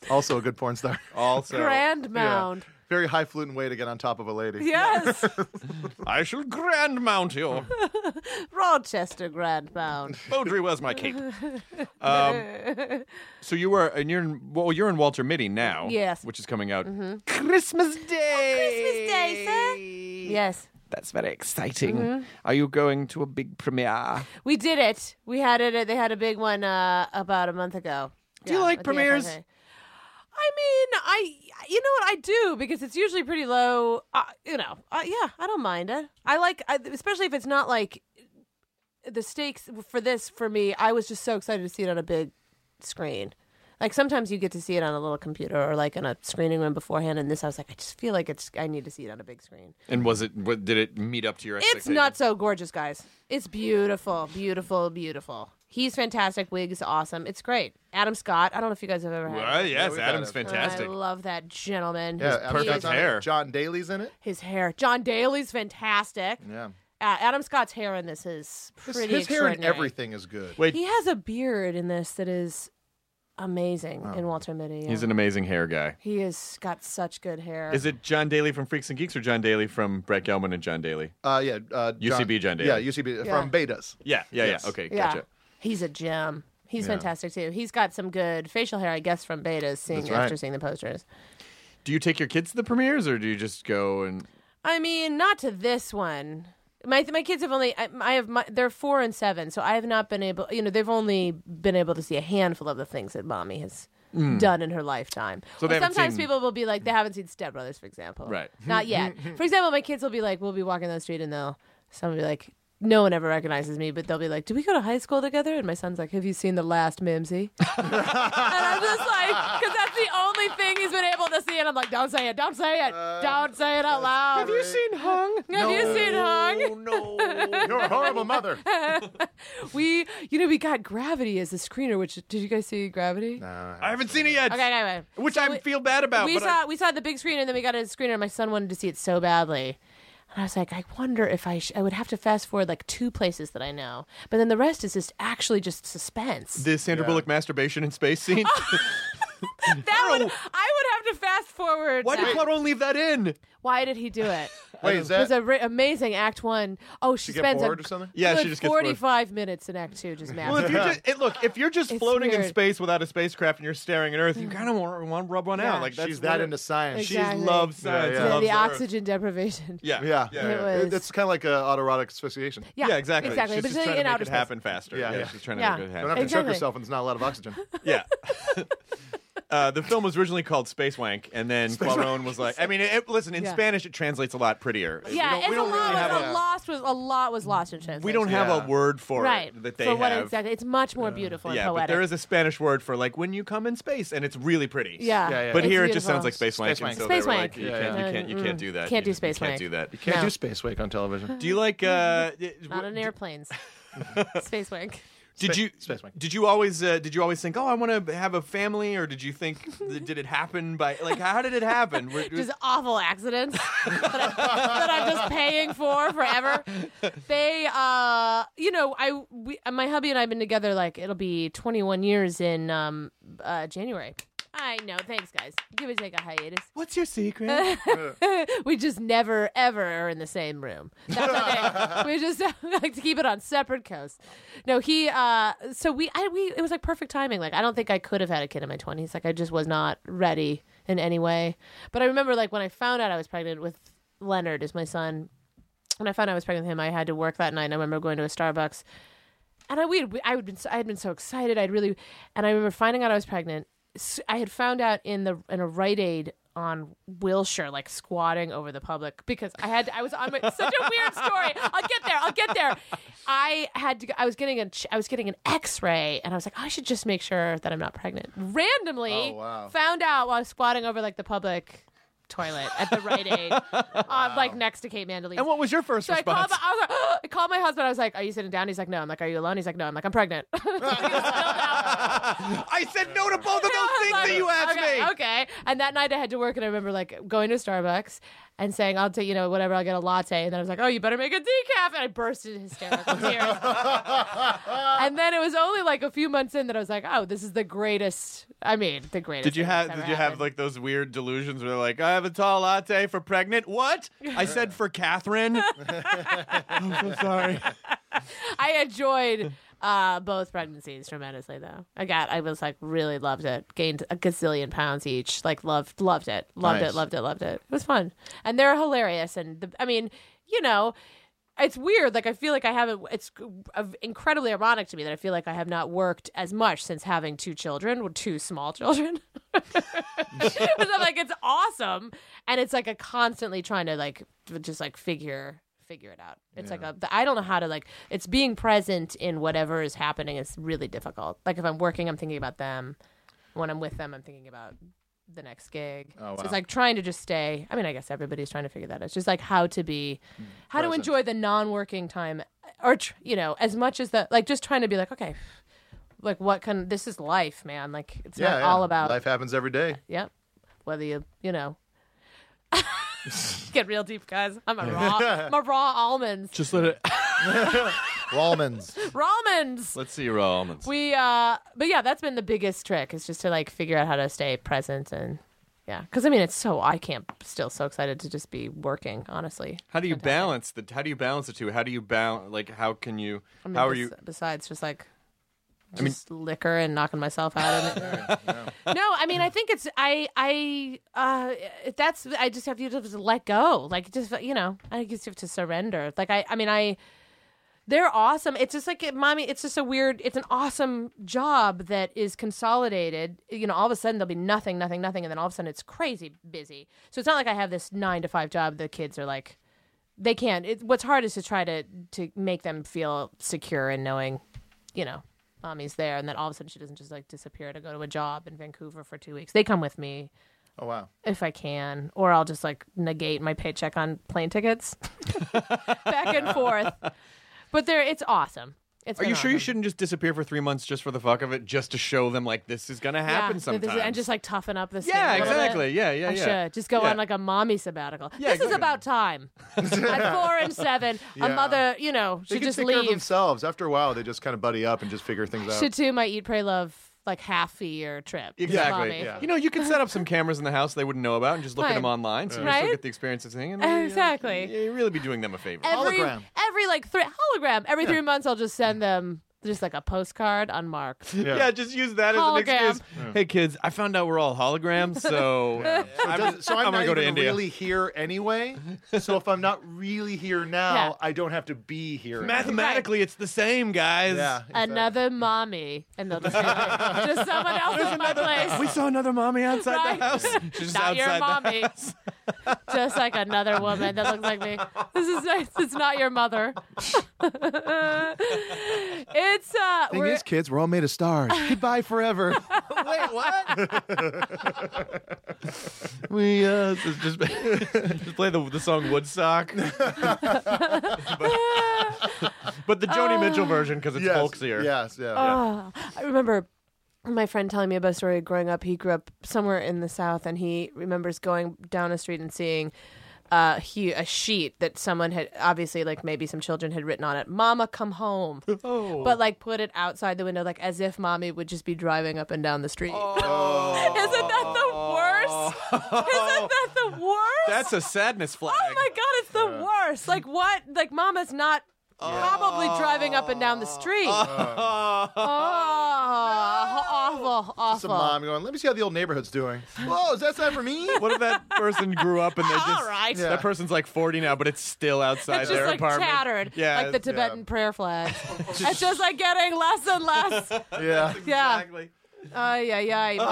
Also a good porn star.
Also,
Grand Mound.
Very high flute and way to get on top of a lady.
Yes.
I shall Grand Mount you.
Rochester Grand Mound.
Beaudry, where's my cape? Um, so you were, and you're in, well, you're in Walter Mitty now.
Yes. Mm-hmm. Oh,
Which is coming out Christmas Day.
Christmas Day, sir. Mm-hmm. Yes.
That's very exciting. Are you going to a big premiere?
We did it. We had it. They had a big one uh, about a month ago.
Do you like
at the
premieres?
FFA. I mean, I you know what I do because it's usually pretty low. Uh, you know, uh, yeah, I don't mind it. I like, I, especially if it's not like the stakes for this. For me, I was just so excited to see it on a big screen. Like sometimes you get to see it on a little computer or like on a screening room beforehand. And this, I was like, I just feel like it's. I need to see it on a big screen.
And was it? What, did it meet up to your
It's
expectations?
not so gorgeous, guys. It's beautiful, beautiful, beautiful. He's fantastic. Wig's awesome. It's great. Adam Scott. I don't know if you guys have ever had.
Well,
him.
yes,
we've had
Adam's
it.
fantastic.
I love that gentleman.
Yeah,
His-
Adam
perfect
Scott's on it.
hair.
Uh, John Daly's in it.
His hair. John Daly's fantastic.
Yeah.
Uh, Adam Scott's hair in this is
His,
pretty.
his hair and
extraordinary.
everything is good.
Wait,
He has a beard in this that is amazing. In Walter Mitty, yeah.
he's an amazing hair guy.
he has got such good hair.
Is it John Daly from Freaks and Geeks or John Daly from Brett Gelman and John Daly?
Uh, yeah. Uh,
UCB John Daly.
Yeah, UCB
Yeah.
from Betas.
Yeah, yeah,
Yes.
yeah. Okay,
Yeah,
gotcha.
he's a gem. He's fantastic too. He's got some good facial hair, I guess, from betas. Seeing
That's right.
after seeing the posters.
Do you take your kids to the premieres or do you just go and
I mean, not to this one. My my kids have only I, I have my, they're four and seven, so I have not been able. You know, they've only been able to see a handful of the things that mommy has done in her lifetime.
Mm. So they
Well,
haven't
sometimes
seen-
people will be like, they haven't seen Step Brothers, for example.
Right.
Not yet. for example, my kids will be like, we'll be walking down the street and they'll someone will be like. No one ever recognizes me, but they'll be like, "Do we go to high school together?" And my son's like, "Have you seen the last Mimsy?" and I'm just like, because that's the only thing he's been able to see. And I'm like, "Don't say it! Don't say it! don't say it out loud!"
Uh, Have you seen Hung?
Have you seen Hung?
"Oh, no.
You're a horrible mother.
We, you know, we got Gravity as a screener. Which did you guys see Gravity?
I haven't seen it yet.
Okay, anyway,
Which
So
I
we-
feel bad about.
We
but
saw
I,
we saw the big screen, and then we got a screener. My son wanted to see it so badly, and I was like, I wonder if I sh- I would have to fast forward like two places that I know, but then the rest is just actually just suspense.
the Sandra Bullock masturbation in space scene.
that would I would have to fast forward.
Why
that.
did Claude leave that in?
Why did he do it?
Wait, is
It was
that
a ri amazing Act One. Oh, she
get
spends
bored
a
or something?
Yeah, she
good
just gets bored.
forty-five minutes in Act Two just
Well, if
masturbating.
you're just, it, look, if you're just
It's
floating in
weird. Mm.
space without a spacecraft and you're staring at Earth, you kind of want, want to rub one
Yeah.
out. Like that's
she's that
weird.
into science.
She
Exactly.
loves science.
Yeah,
Yeah,
loves
the
Earth.
oxygen deprivation.
Yeah,
Yeah.
yeah.
It
It-
was-
It's kind of like uh, autoerotic asphyxiation.
Yeah, exactly.
Exactly.
She's
but
just
it's
trying
in
to make
outer
it
space.
happen faster.
Yeah,
Yeah,
yeah.
she's trying to
Yeah.
make it
Don't
happen.
have to
Exactly.
choke yourself when there's not a lot of oxygen.
Yeah. Uh, the film was originally called Space Wank, and then Cuaron was like, I mean, it, listen, in
Yeah.
Spanish it translates a lot prettier.
Yeah,
we
it's
don't,
a lot.
we don't really have
was a
a,
lost was a lot was lost in translation.
we don't have
Yeah.
a word for
right
it that they
for
have.
what exactly. It's much
Uh,
more beautiful
Yeah,
and poetic.
but there is a Spanish word for like when you come in space, and it's really pretty.
yeah.
Yeah, yeah.
But
It's
here it just
beautiful.
sounds like space wank.
Space
and
wank.
so
Space
they were
wank.
Like, you,
Yeah,
can't,
yeah.
you can't, you
Mm,
can't do that.
can't do
You
space
can't
wank.
do that.
You can't
No.
do space wake on television.
Do you like? Uh,
not on airplanes. Space wank.
did you
space wank.
did you always uh, did you always think oh I want to have a family or did you think did it happen by like how did it happen? Were-
Just awful accidents that, I, that I'm just paying for forever. They, uh, you know, I, we, my hubby and I've been together like it'll be 21 years in um, uh, January. I know. Thanks, guys. Give and take a hiatus.
What's your secret?
we just never ever are in the same room. That's our thing. we just like to keep it on separate coasts. No, he. uh So we, I, we, it was like perfect timing. Like I don't think I could have had a kid in my twenties. Like I just was not ready in any way. But I remember like when I found out I was pregnant with Leonard, is my son. When I found out I was pregnant with him, I had to work that night. And I remember going to a Starbucks and I we had, I had been so- I had been so excited. I'd really, and I remember finding out I was pregnant. S- I had found out in the in a Rite Aid on Wilshire, like squatting over the public because I had I was on my such a weird story. I'll get there. I'll get there. I had to. go- I was getting a ch- I was getting an X ray, and I was like, "Oh, I should just make sure that I'm not pregnant. Randomly,
wow.
found out while I was squatting over like the public toilet at the Rite Aid, uh, like next to Kate Mandaline.
And what was your first
so I
response?
called, my, I, was like, I called my husband. I was like, "Are you sitting down?" He's like, "No." I'm like, "Are you alone?" He's like, "No." I'm like, "I'm pregnant."
I said no to both of those
I was
things
like,
that you asked
okay,
me.
Okay. And that night I had to work, and I remember like going to Starbucks and saying, "I'll take you know whatever. I'll get a latte." And then I was like, "Oh, you better make a decaf," and I burst into hysterical tears. and then it was only like a few months in that I was like, "Oh, this is the greatest." I mean, the greatest.
Did you
thing
have
that's
did
ever
you have
happened.
like those weird delusions where they're like, I have a tall latte for pregnant? What? I said for Catherine. I'm so sorry.
I enjoyed uh, both pregnancies tremendously, though. I got, I was like, really loved it. Gained a gazillion pounds each. Like, loved, loved it, loved
Nice.
it, loved it, loved it. It was fun, and they're hilarious. And the, I mean, you know. It's weird. Like I feel like I haven't. It's uh, incredibly ironic to me that I feel like I have not worked as much since having two children, well, two small children. But I'm like, it's awesome, and it's like a constantly trying to like just like figure figure it out. It's like a I don't know how to like. It's being present in whatever is happening. It's really difficult. Like if I'm working, I'm thinking about them. When I'm with them, I'm thinking about the next gig.
Oh,
So
wow.
it's like trying to just stay. I mean, I guess everybody's trying to figure that out. It's just like how to be, how to
Mm. Present.
enjoy the non-working time, or tr- you know, as much as the like, just trying to be like, okay, like what can this is life, man. Like it's
yeah,
not
yeah.
all about
life happens every day.
Yep. Whether you, you know, get real deep, guys. I'm a raw, my raw almonds,
Just let it
Walmans.
raw almonds.
Let's see your raw almonds.
We, uh, but yeah, that's been the biggest trick is just to like figure out how to stay present and yeah, because I mean, it's so I can't still so excited to just be working. Honestly,
How do you balance the how do you balance the two? How do you balance like how can you
I mean,
how are
bes-
you
Besides, just like. Just liquor and knocking myself out. Of it. no, I mean I think it's I I uh that's I just have to just let go. Like just you know I just have to surrender. Like I I mean I they're awesome. It's just like it- mommy. It's just a weird. It's an awesome job that is consolidated. You know, all of a sudden there'll be nothing, nothing, nothing, and then all of a sudden it's crazy busy. So it's not like I have this nine to five job. The kids are like, they can't. It, what's hard is to try to to make them feel secure in knowing, you know, mommy's there, and then all of a sudden she doesn't just like disappear to go to a job in Vancouver for two weeks. They come with me
Oh wow.
if I can, or I'll just like negate my paycheck on plane tickets back and forth. But there, it's awesome. It's
Are
been
you sure you
awesome.
shouldn't just disappear for three months just for the fuck of it, just to show them like this is gonna
Yeah,
happen
so this
sometimes?
is- and just like toughen up this.
yeah, exactly. Yeah, yeah,
I
yeah.
should just go
Yeah.
on like a mommy sabbatical.
Yeah,
this
exactly.
is about time. At four and seven, a mother, you know,
They
should
can
just
take care of
leave.
themselves. After a while, they just kind of buddy up and just figure things out.
Should do my eat, pray, love like half a year trip. with
Exactly.
mommy.
You know, you could set up some cameras in the house they wouldn't know about and just look at
Right.
them online, so you
Right?
still get the experience of seeing. And then, you know,
Exactly.
you really be doing them a favor.
every
Hologram.
every like three hologram every three months. I'll just send them just like a postcard unmarked.
yeah. just use that as
Hologram.
an excuse. Hey kids, I found out we're all holograms, so
It
I'm,
doesn't- so I'm,
I'm gonna
not
go to
even
India.
really here anyway. So if I'm not really here now,
Yeah.
I don't have to be here. anymore.
Mathematically, it's the same, guys.
Yeah. exactly.
Another mommy, and they'll just be like, just someone else in my place.
We saw another mommy outside
Right.
the house. She's just
not your
outside the
mommy. Just like another woman that looks like me. This is it's not your mother. it's uh
Thing
we're-
is, kids, we're all made of stars. Goodbye forever.
Wait, what? we uh, just, just, just play the the song Woodstock, but, but the Joni
Uh,
Mitchell version because it's
yes.
folksier.
Yes. Yeah.
I remember my friend telling me about a story growing up. He grew up somewhere in the South, and he remembers going down a street and seeing uh, he, a sheet that someone had obviously, like maybe some children had written on it, "Mama, come home," but like put it outside the window, like as if mommy would just be driving up and down the street. Isn't that the worst? Isn't that the worst?
That's a sadness flag.
Oh my god, it's the worst. Like what? Like mama's not probably driving up and down the street. Oh, awful, awful.
Some mom going, let me see how the old neighborhood's doing. Whoa, is that time for me?
What if that person grew up and they just
All right.
Yeah.
that person's like forty now, but it's still outside
It's
their
just like
apartment.
tattered,
Yeah,
like the
it's-
Tibetan prayer flag. it's just like getting less and less.
yeah.
Yeah,
Exactly.
ay ay ay. Mama,
Oh, I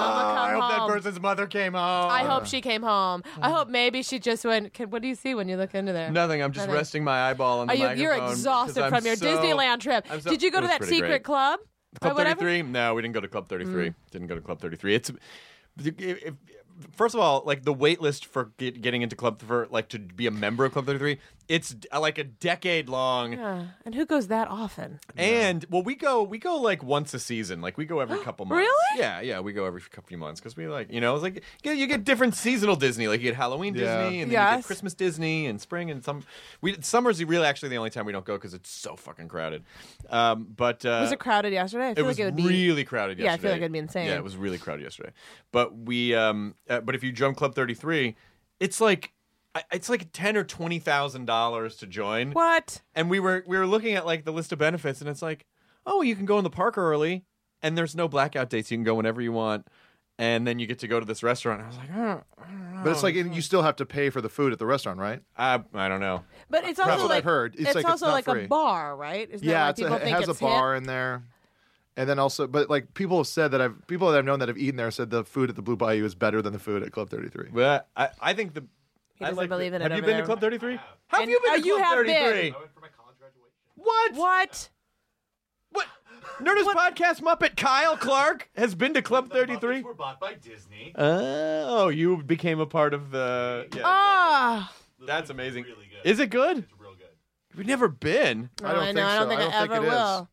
come
hope that
home.
person's mother came home.
I hope she came home. I hope maybe she just went. Can, what do you see when you look into there?
Nothing. I'm just
Nothing.
resting my eyeball on the
Are you, you're
microphone
exhausted
because
from
I'm
your
so-
Disneyland trip.
I'm so-
Did you go
It
to
was
that
pretty
secret
great.
club? or
Club
whatever? Mm.
33? No, we didn't go to Club 33. Didn't go to Club 33. It's if, first of all, like the wait list for get, getting into Club for like to be a member of Club 33, it's uh, like a decade long.
Yeah. And who goes that often?
And well, we go we go like once a season. Like we go every couple months.
Really?
Yeah, yeah. We go every couple few months because we like you know it's like you, you get different seasonal Disney. Like you get Halloween
Yeah.
Disney and then you
Yes.
get Christmas Disney and spring and some. We summer's really actually the only time we don't go because it's so fucking crowded. Um, but uh,
Was it crowded yesterday? I feel
it was
like it would be.
really crowded
Yeah, I
yesterday.
feel like it'd be insane.
Yeah, it was really crowded yesterday. But we, um, uh, but if you jump Club Thirty Three, it's like, I- it's like ten or twenty thousand dollars to join.
What?
And we were we were looking at like the list of benefits, and it's like, oh, you can go in the park early, and there's no blackout dates. You can go whenever you want, and then you get to go to this restaurant. I was like, oh,
But it's like you still have to pay for the food at the restaurant, right?
I, "Uh, I don't know.
But it's
That's
also
what
like
I've heard. It's like it's
also
not
like
free.
a bar, right? Isn't that
yeah,
why
it's a-
people
it
think
has a
it's hip?
bar in there, and then also, but like people have said that I've people that I've known that have eaten there said the food at the Blue Bayou is better than the food at Club Thirty Three.
But I, I think the. I
doesn't
like the-
believe in it
Have you
over
been to
there.
Club Thirty Three? Have
And-
you been
oh,
to
you
Club
have
Thirty
been.
Three? What?
What?
What? Nerdist podcast Muppet Kyle Clark has been to Club 33.
Were bought by Disney.
Oh, you became a part of the. Yeah,
Ah.
that's amazing. Is it good? It's real good. We've never been.
No,
I don't
Ah! I,
think
know. I
so.
don't think
I
I,
don't think
ever
it is.
will.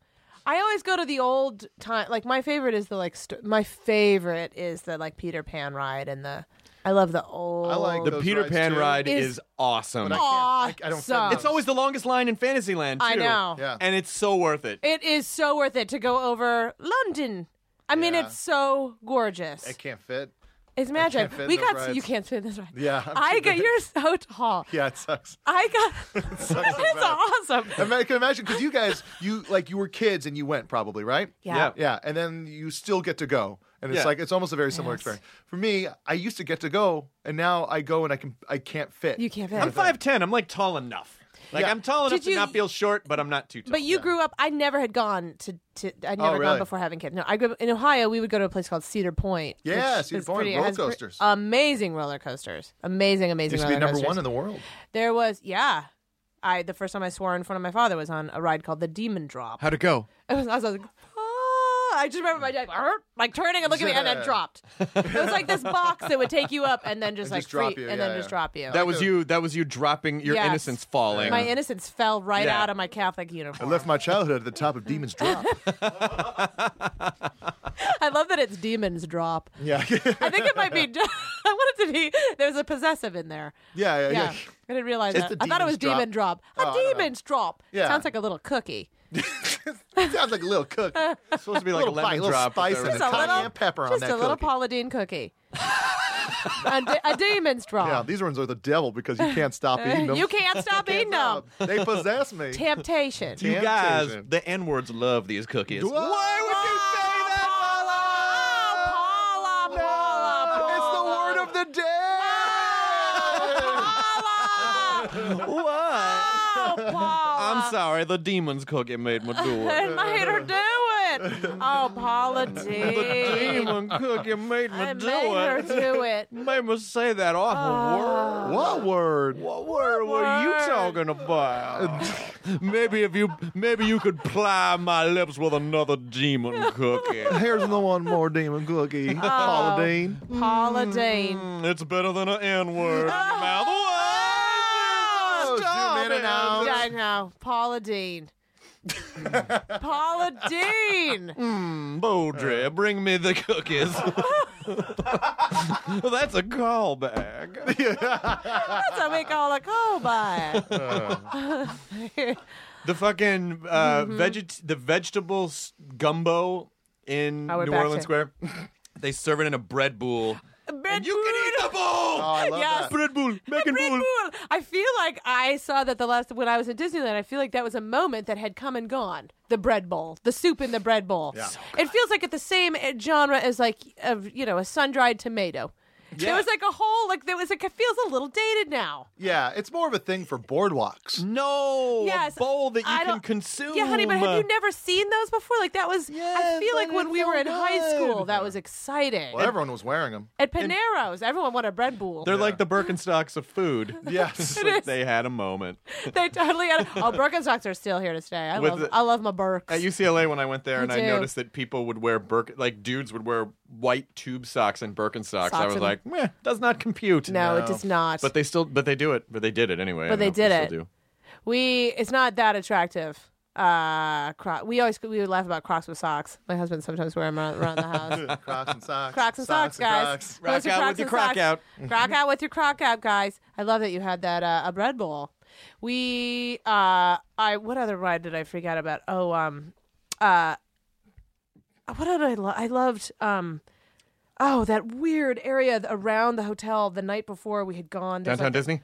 I always go to the old time. Like my favorite is the like st- my favorite is the like Peter Pan ride and the I love the old.
I like
The
Those
Peter
rides
Pan
too.
ride
Is-
is awesome.
But I can't- I- I don't fit in
Awesome.
those.
It's always the longest line in Fantasyland, too.
I know.
Yeah.
And it's so worth it.
It is so worth it to go over London. I mean,
Yeah.
it's so gorgeous.
I can't fit.
It's magic.
fit in
We
those
got
rides.
you can't fit in this ride.
Yeah, I'm
I
too
got.
big.
You're so tall.
Yeah, it sucks.
I got. It's
sucks so bad.
awesome.
I mean, I can imagine because you guys, you like you were kids and you went probably right.
Yeah.
Yeah, and then you still get to go, and it's
Yeah.
like it's almost a very similar experience. For me, I used to get to go, and now I go and I can I can't fit.
You can't fit.
I'm 5'10. I'm like tall enough. Like,
Yeah.
I'm tall enough
Did
to
you-
not feel short, but I'm not too tall.
But you grew up. I never had gone to. to I'd never
Oh, really?
gone before having kids. No, I grew up in Ohio. We would go to a place called Cedar Point.
Yeah,
which
Cedar
is
Point,
pretty- it
roller
has pre-
coasters.
amazing roller coasters. Amazing, amazing.
used to
roller
be number
coasters.
one in the world.
There was yeah. I the first time I swore in front of my father was on a ride called the Demon Drop.
How'd it go?
It was, I was like, oh, I just remember my dad "Arr," like turning and looking at me, and then
Yeah.
dropped. It was like this box that would take you up and then just
And
like
just drop
free-
you,
and
yeah,
then
yeah.
just drop you.
That was you. That was you dropping your
Yes.
innocence falling.
my innocence fell right
Yeah.
out of my Catholic
I
uniform.
left my childhood at the top of Demon's Drop.
I love that it's demons drop.
yeah. yeah,
I think it might be. I want it to be. There's a possessive in there.
yeah, yeah.
Yeah, I didn't realize
It's
that.
the
I thought it
demons
was
drop.
demon drop. A
Oh, I don't know.
demons drop.
Yeah.
Sounds like a little cookie.
Sounds like a little cook.
It's supposed to be like a
little bite,
lemon
little
drop. but
spice
there
in
was
it.
Just a
cayenne
little
pepper on
Just
that
a little
cookie.
Paula Dean cookie. a, de- a demon's drop.
Yeah, these ones are the devil because you can't stop eating them.
You can't stop eating them.
They possess me.
Temptation.
You guys,
Temptation.
the N words love these cookies.
Whoa.
Paula, Paula, Paula,
It's the word of the day.
Paula,
What?
Oh, Paula.
I'm sorry, the demons cookie made me do it.
I made her do it. Oh, Paula Dean.
Demon cookie made me
I
do
made her
it.
do it.
Made me say that awful word.
what word?
What word were you talking about? maybe if you, maybe you could ply my lips with another demon cookie.
Here's the one more demon
Oh.
cookie, Paula Dean.
Paula
Mm.
Dean.
It's better than an N word. Mouth
Ah. Oh,
Stop
zoom in and
it.
out.
I know. Paula Dean. Paula Dean.
Beaudry, bring me the cookies. well, that's a callback.
That's what we call a callback.
The fucking uh,
Mm-hmm.
veget- the vegetable s- gumbo in
Oh, we're
New
back
Orleans
to-
Square. They serve it in a bread bowl. And you can eat the
Oh,
bowl.
I love
Yes.
that.
bread bowl, making
Red
bowl.
Bull. I feel like I saw that the last when I was in Disneyland. I feel like that was a moment that had come and gone. The bread bowl, the soup in the bread bowl. it feels like it's the same uh, genre as like of you know a sun dried tomato. There
Yeah.
was like a whole like there was like it feels a little dated now.
Yeah, it's more of a thing for boardwalks.
No,
Yes,
a bowl that you
I
can
don't-
consume.
Yeah, honey, but have you never seen those before? Like that was. I
Yes,
feel like
that
when
is
we
so
were in high school,
good.
that was exciting.
Well, everyone was wearing them.
At Paneros, everyone wanted a bread bowl.
They're like the Birkenstocks of food.
Yes.
It's like they had a moment.
They totally had. Oh, Birkenstocks are still here to stay. I
With
love.
the-
I love my Birks.
At UCLA, when I went there,
Me
and I
too.
noticed that people would wear Birk, like dudes would wear white tube socks and Birkenstocks,
Socks
I was
and-
like, meh, does not compute.
No, it No. does not.
But they still, but they do it. But they did it anyway. I
But
don't know
they
if
did it.
still do.
We it's not that attractive. Uh, Croc. We always we would laugh about Crocs with socks. My husband sometimes wear them around, around the house.
Crocs and socks.
Crocs and socks, guys.
Rock
Those are
out
Crocs
with your
and
croc
socks.
out.
croc out with your croc out, guys. I love that you had that uh, a bread bowl. We uh, I what other ride did I forget about? Oh, um, uh, what did I love? I loved um. Oh, that weird area th- around the hotel the night before we had gone. There's
Downtown
like-
Disney.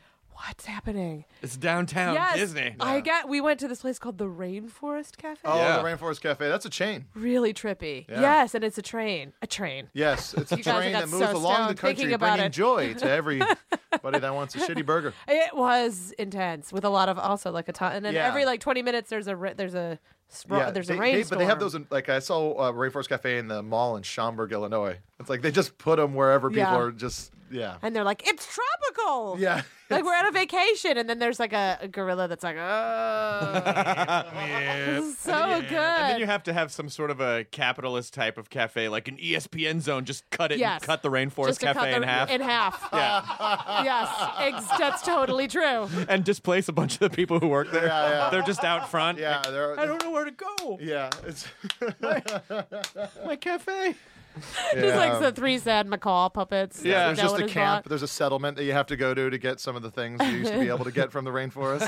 What's happening?
It's downtown
yes,
Disney.
I get. We went to this place called the Rainforest Cafe.
Oh,
Yeah.
the Rainforest Cafe. That's a chain.
Really trippy.
Yeah.
Yes, and it's a train. A train.
Yes, it's a
You guys
train
got
that moves
so
along the
stoned thinking
country,
about
bringing
it.
joy to everybody that wants a shitty burger.
It was intense with a lot of also like a ton, and then
Yeah.
every like twenty minutes there's a ra- there's a spro- there's
they,
a
they-
rainstorm.
but they have those. In, like I saw uh, Rainforest Cafe in the mall in Schaumburg, Illinois. It's like they just put them wherever people
Yeah.
are. Just yeah,
and they're like it's tropical.
yeah.
Like we're on a vacation, and then there's like a, a gorilla that's like, oh,
Yep.
this is so good.
And then you have to have some sort of a capitalist type of cafe, like an E ESPN zone. Just cut it.
Yes.
And cut the Rainforest
Just to cut
Cafe
the-
in half.
In half. yes, ex- that's totally true.
and displace a bunch of the people who work there.
Yeah, yeah.
They're just out front.
Yeah, they're,
I don't know where to go.
Yeah, it's
My cafe.
It's like
um,
the three sad macaw puppets.
Yeah.
there's
that
just
one
a
is
camp.
bought.
There's a settlement that you have to go to to get some of the things you used to be able to get from the rainforest.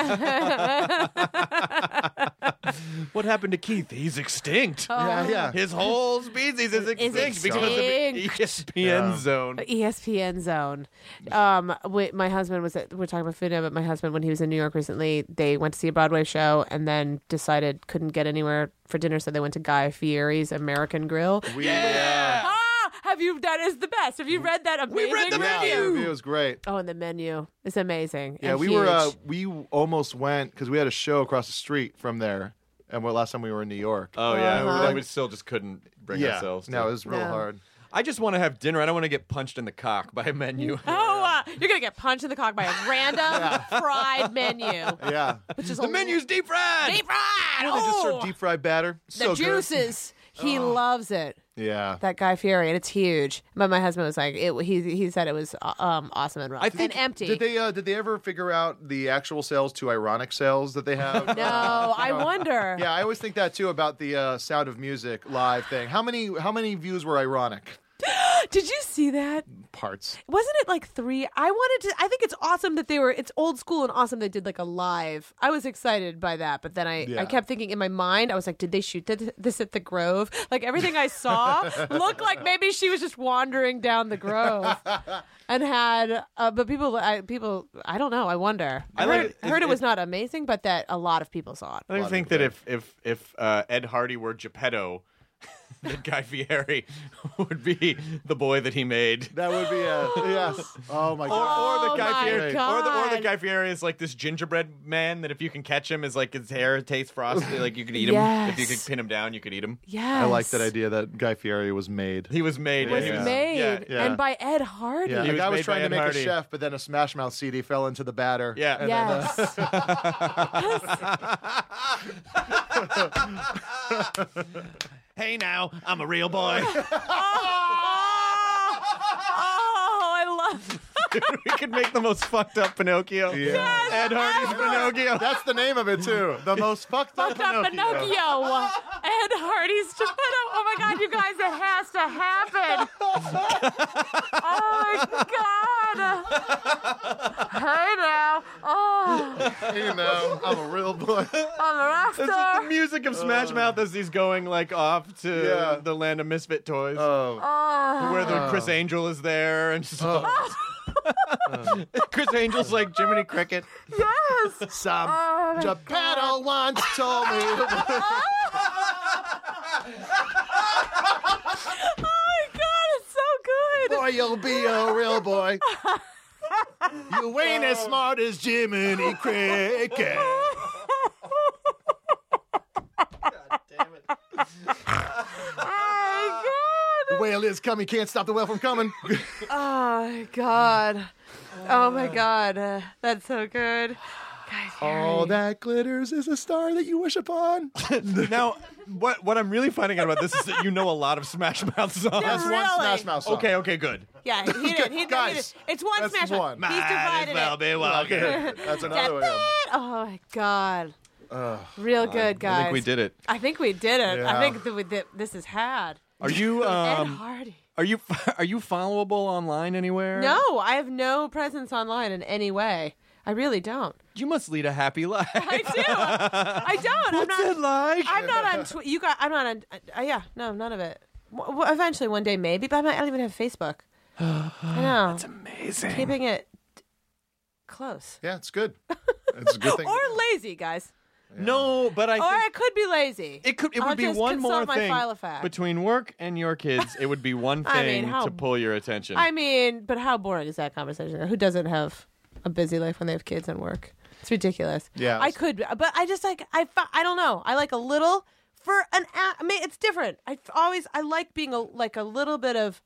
What happened to Keith? He's extinct.
Oh.
yeah, yeah.
His whole species is extinct, because of the ESPN
Yeah.
zone.
E ESPN Zone. Um, wait, my husband was at, we're talking about food now, but my husband when he was in New York recently, they went to see a Broadway show and then decided couldn't get anywhere for dinner, so they went to Guy Fieri's American Grill.
We, yeah.
Ah, have you? That is the best. Have you read that amazing
read the
yeah,
review?
the review was great.
Oh, and the menu is amazing.
Yeah,
and
we were uh,
huge.
we almost went because we had a show across the street from there, and well, last time we were in New York.
Oh
uh-huh.
yeah, we- we still just couldn't bring
yeah,
ourselves. To.
no, it was real hard.
I just want to have dinner. I don't want to get punched in the cock by a menu.
Oh, uh, you're gonna get punched in the cock by a random fried menu,
Yeah,
which is
the menu's deep fried.
deep fried.
they just
Oh,
serve deep fried batter.
the
So Oh.
juices. He loves it.
good. Yeah,
that Guy Fieri, and it's huge. But my husband was like, it, he he said it was uh, um awesome and rough and empty.
Did they uh, did they ever figure out the actual sales to ironic sales that they have?
no, I wonder.
Yeah, I always think that too about the uh, Sound of Music live thing. How many how many views were ironic
Did you see that?
parts?
Wasn't it like three? I wanted to. I think it's awesome that they were. It's old school and awesome. They did like a live. I was excited by that, but then I
Yeah.
I kept thinking in my mind, I was like, did they shoot th- this at the Grove? Like everything I saw looked like maybe she was just wandering down the Grove and had. Uh, but people, I, people, I don't know. I wonder. I,
I
heard,
like it.
heard it,
It-
was
it-
not amazing, but that a lot of people saw it.
I think that if if if uh, Ed Hardy were Geppetto, that Guy Fieri would be the boy that he made.
That would be a yes. Oh my
Or,
god.
or the
Oh
Guy
my
Fieri, or the or the
God.
Guy Fieri is like this gingerbread man that if you can catch him is like his hair tastes frosty, like you could eat him. If you
Yes.
could pin him down, you could eat him.
Yes.
I like that idea that Guy Fieri was made.
He was made.
Was
anyway.
made
Yeah.
yeah.
and by Ed Hardy.
Yeah,
He
the
was
guy
made
was
by
trying to
Ed
make
Hardy.
a chef, but then a Smash Mouth CD fell into the batter.
Yeah. And
Yes.
Hey now, I'm a real boy.
oh, I love.
we could make the most fucked up Pinocchio.
Yes,
Ed Hardy's Pinocchio.
That's the name of it too. The most fucked up
Fucked up
Pinocchio.
Pinocchio. Ed Hardy's Geppetto. Oh my God, you guys, it has to happen. Oh my God. Hey now. Oh,
You know, I'm a real boy.
I'm a rock
This is the
star.
music of Smash Mouth as he's going like off to
Yeah.
the land of misfit toys,
Oh,
Oh.
where the Chris Angel is there and just Chris Angel's like Jiminy Cricket.
Yes.
some Geppetto once told me.
Oh my God, it's so good.
Boy, you'll be a real boy. You ain't as smart as Jiminy Cricket.
Oh my God.
The whale is coming, can't stop the whale from coming.
Oh my god. Oh my god. Uh, that's so good. Guys,
All that glitters is a star that you wish upon.
now, what what I'm really finding out about this is that you know a lot of Smash Mouth songs.
That's one
Really?
Smash Mouth song.
Okay, okay, good.
Yeah, he did. He did.
Guys,
he did. It's one
that's
smash. Mouth.
one.
He's divided it.
be
Okay, that's another one.
Oh my god. Real good, guys.
I think we did it.
I think we did it. I
Yeah.
think that we did, this is had.
Are you
Ed
um
Hardy.
are you are you followable online anywhere?
No, I have no presence online in any way. I really don't.
You must lead a happy life.
I do. I don't. I'm
What's
not.
it like?
I'm not on. Tw- you got. I'm not on. Uh, yeah. No. None of it. W- w- eventually, one day, maybe. But I'm not, I don't even have Facebook. I know. That's
Amazing.
Keeping it close.
Yeah, it's good. It's a good thing.
Or lazy, guys.
No, but I
or
think
I could be lazy.
it could it
I'll
would be
just
one
consult
more
my
thing
file of fact.
between work and your kids. It would be one
I mean,
thing
how-
to pull your attention.
I mean, but how boring is that conversation? Who doesn't have a busy life when they have kids and work? It's ridiculous.
Yeah.
I could, but I just like I fi- I don't know. I like a little for an. a- I mean, it's different. I f- always I like being a like a little bit of.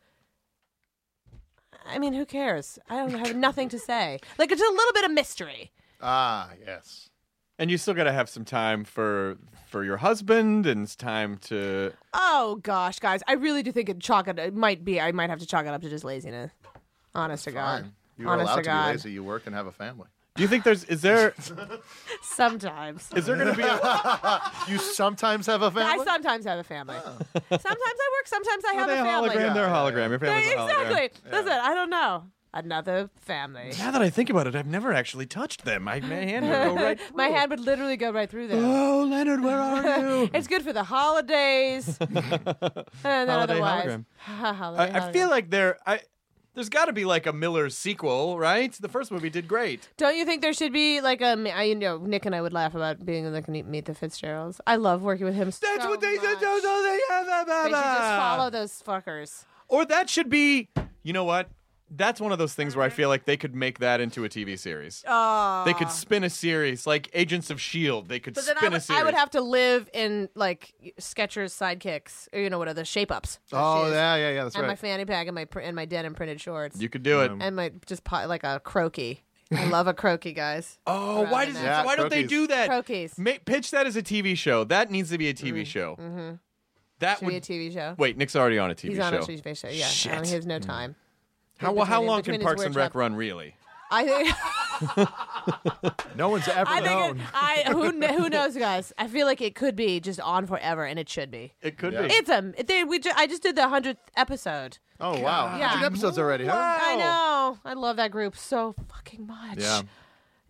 I mean, who cares? I don't have nothing to say. Like it's a little bit of mystery.
ah, yes.
and you still got to have some time for for your husband and it's time to
Oh gosh, guys, I really do think it chalk it, it might be. I might have to chalk it up to just laziness. Honest to God.
Fine. You are
Honest
allowed
to
to,
God.
be lazy. You work and have a family.
Do you think there's is there
Sometimes.
is there going to be a,
You sometimes have a
I
family.
sometimes have a family. sometimes I work. Sometimes I
are
have
they
a
a
family.
hologram? They're a hologram. Your family's a hologram.
exactly. Listen, I don't know. Another family.
Now that I think about it, I've never actually touched them. I, my hand would go right.
My hand would literally go right through there.
Oh, Leonard, where are you?
It's good for the holidays. and then
Holiday
otherwise,
hologram.
Holiday
I, I feel like there. I there's got to be like a Miller's sequel, right? The first movie did great.
Don't you think there should be like a? I you know Nick and I would laugh about being like meet, meet the Fitzgeralds. I love working with him.
That's
so
what they
much.
said. No, no, they have a
They
baba.
should just follow those fuckers.
Or that should be. You know what? That's one of those things where I feel like they could make that into a TV series.
Oh.
they could spin a series like Agents of Shield. E They could
But
spin
then I
a
would,
series.
I would have to live in like Skechers sidekicks, or you know what are the shape ups?
oh, yeah, yeah, yeah. That's
and my
right.
fanny pack and my pr- and my denim printed shorts
you could do it.
and my just po- like a croaky. I love a croaky, guys.
Oh, why does it,
Yeah,
why don't they
croquis.
do that?
Croquis.
Ma- pitch that as a TV show. That needs to be a TV show. Mm-hmm. That
Should
would
be a TV show.
wait. Nick's already on a TV
He's
show.
on a TV show. Yeah,
Shit. Hmm.
I mean, he has no time.
how well, how
between-
long
between
can
his
Parks and
work
Rec
job-
run really?
I think.
No one's ever
I think.
known.
It, I who kn- who knows, guys. I feel like it could be just on forever, and it should be.
It could
Yeah.
be.
It's a. They, we. Ju- I just did the hundredth episode.
oh, wow.
Yeah.
100 episodes already, huh?
Oh.
I know. I love that group so fucking much.
Yeah.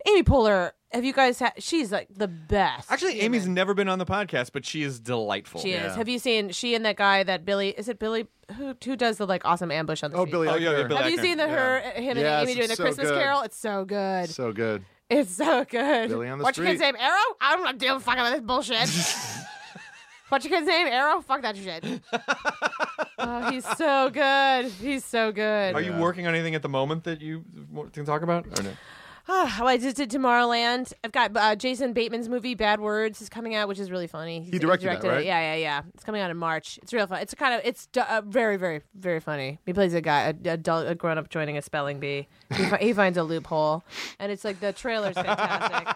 Amy Poehler. Have you guys had? She's like the best.
Actually,
human.
Amy's never been on the podcast, but she is delightful.
She is. Have you seen she and that guy that Billy? Is it Billy who who does the like awesome ambush on the?
Oh,
street?
Billy.
Oh, yeah, yeah,
Eichner.
Billy.
Have you
Eichner.
seen the her him
Yes,
and Amy doing
it's
the
so
Christmas
good.
Carol? It's so good.
So good.
it's so good.
Billy on the
What's your
street.
kid's name? Arrow? I don't deal fucking with this bullshit. What's your kid's name? Arrow? Fuck that shit. oh, he's so good. He's so good.
Are you working on anything at the moment that you want- can talk about? Or no?
Ah, well, I just did Tomorrowland. I've got uh, Jason Bateman's movie Bad Words is coming out, which is really funny. He's-
He directed that,
it.
right?
Yeah, yeah, yeah. It's coming out in March. It's real fun. It's kind of it's d- uh, very, very, very funny. He plays a guy, a, adult, a grown up joining a spelling bee. He, fi- he finds a loophole, and it's like the trailer's fantastic.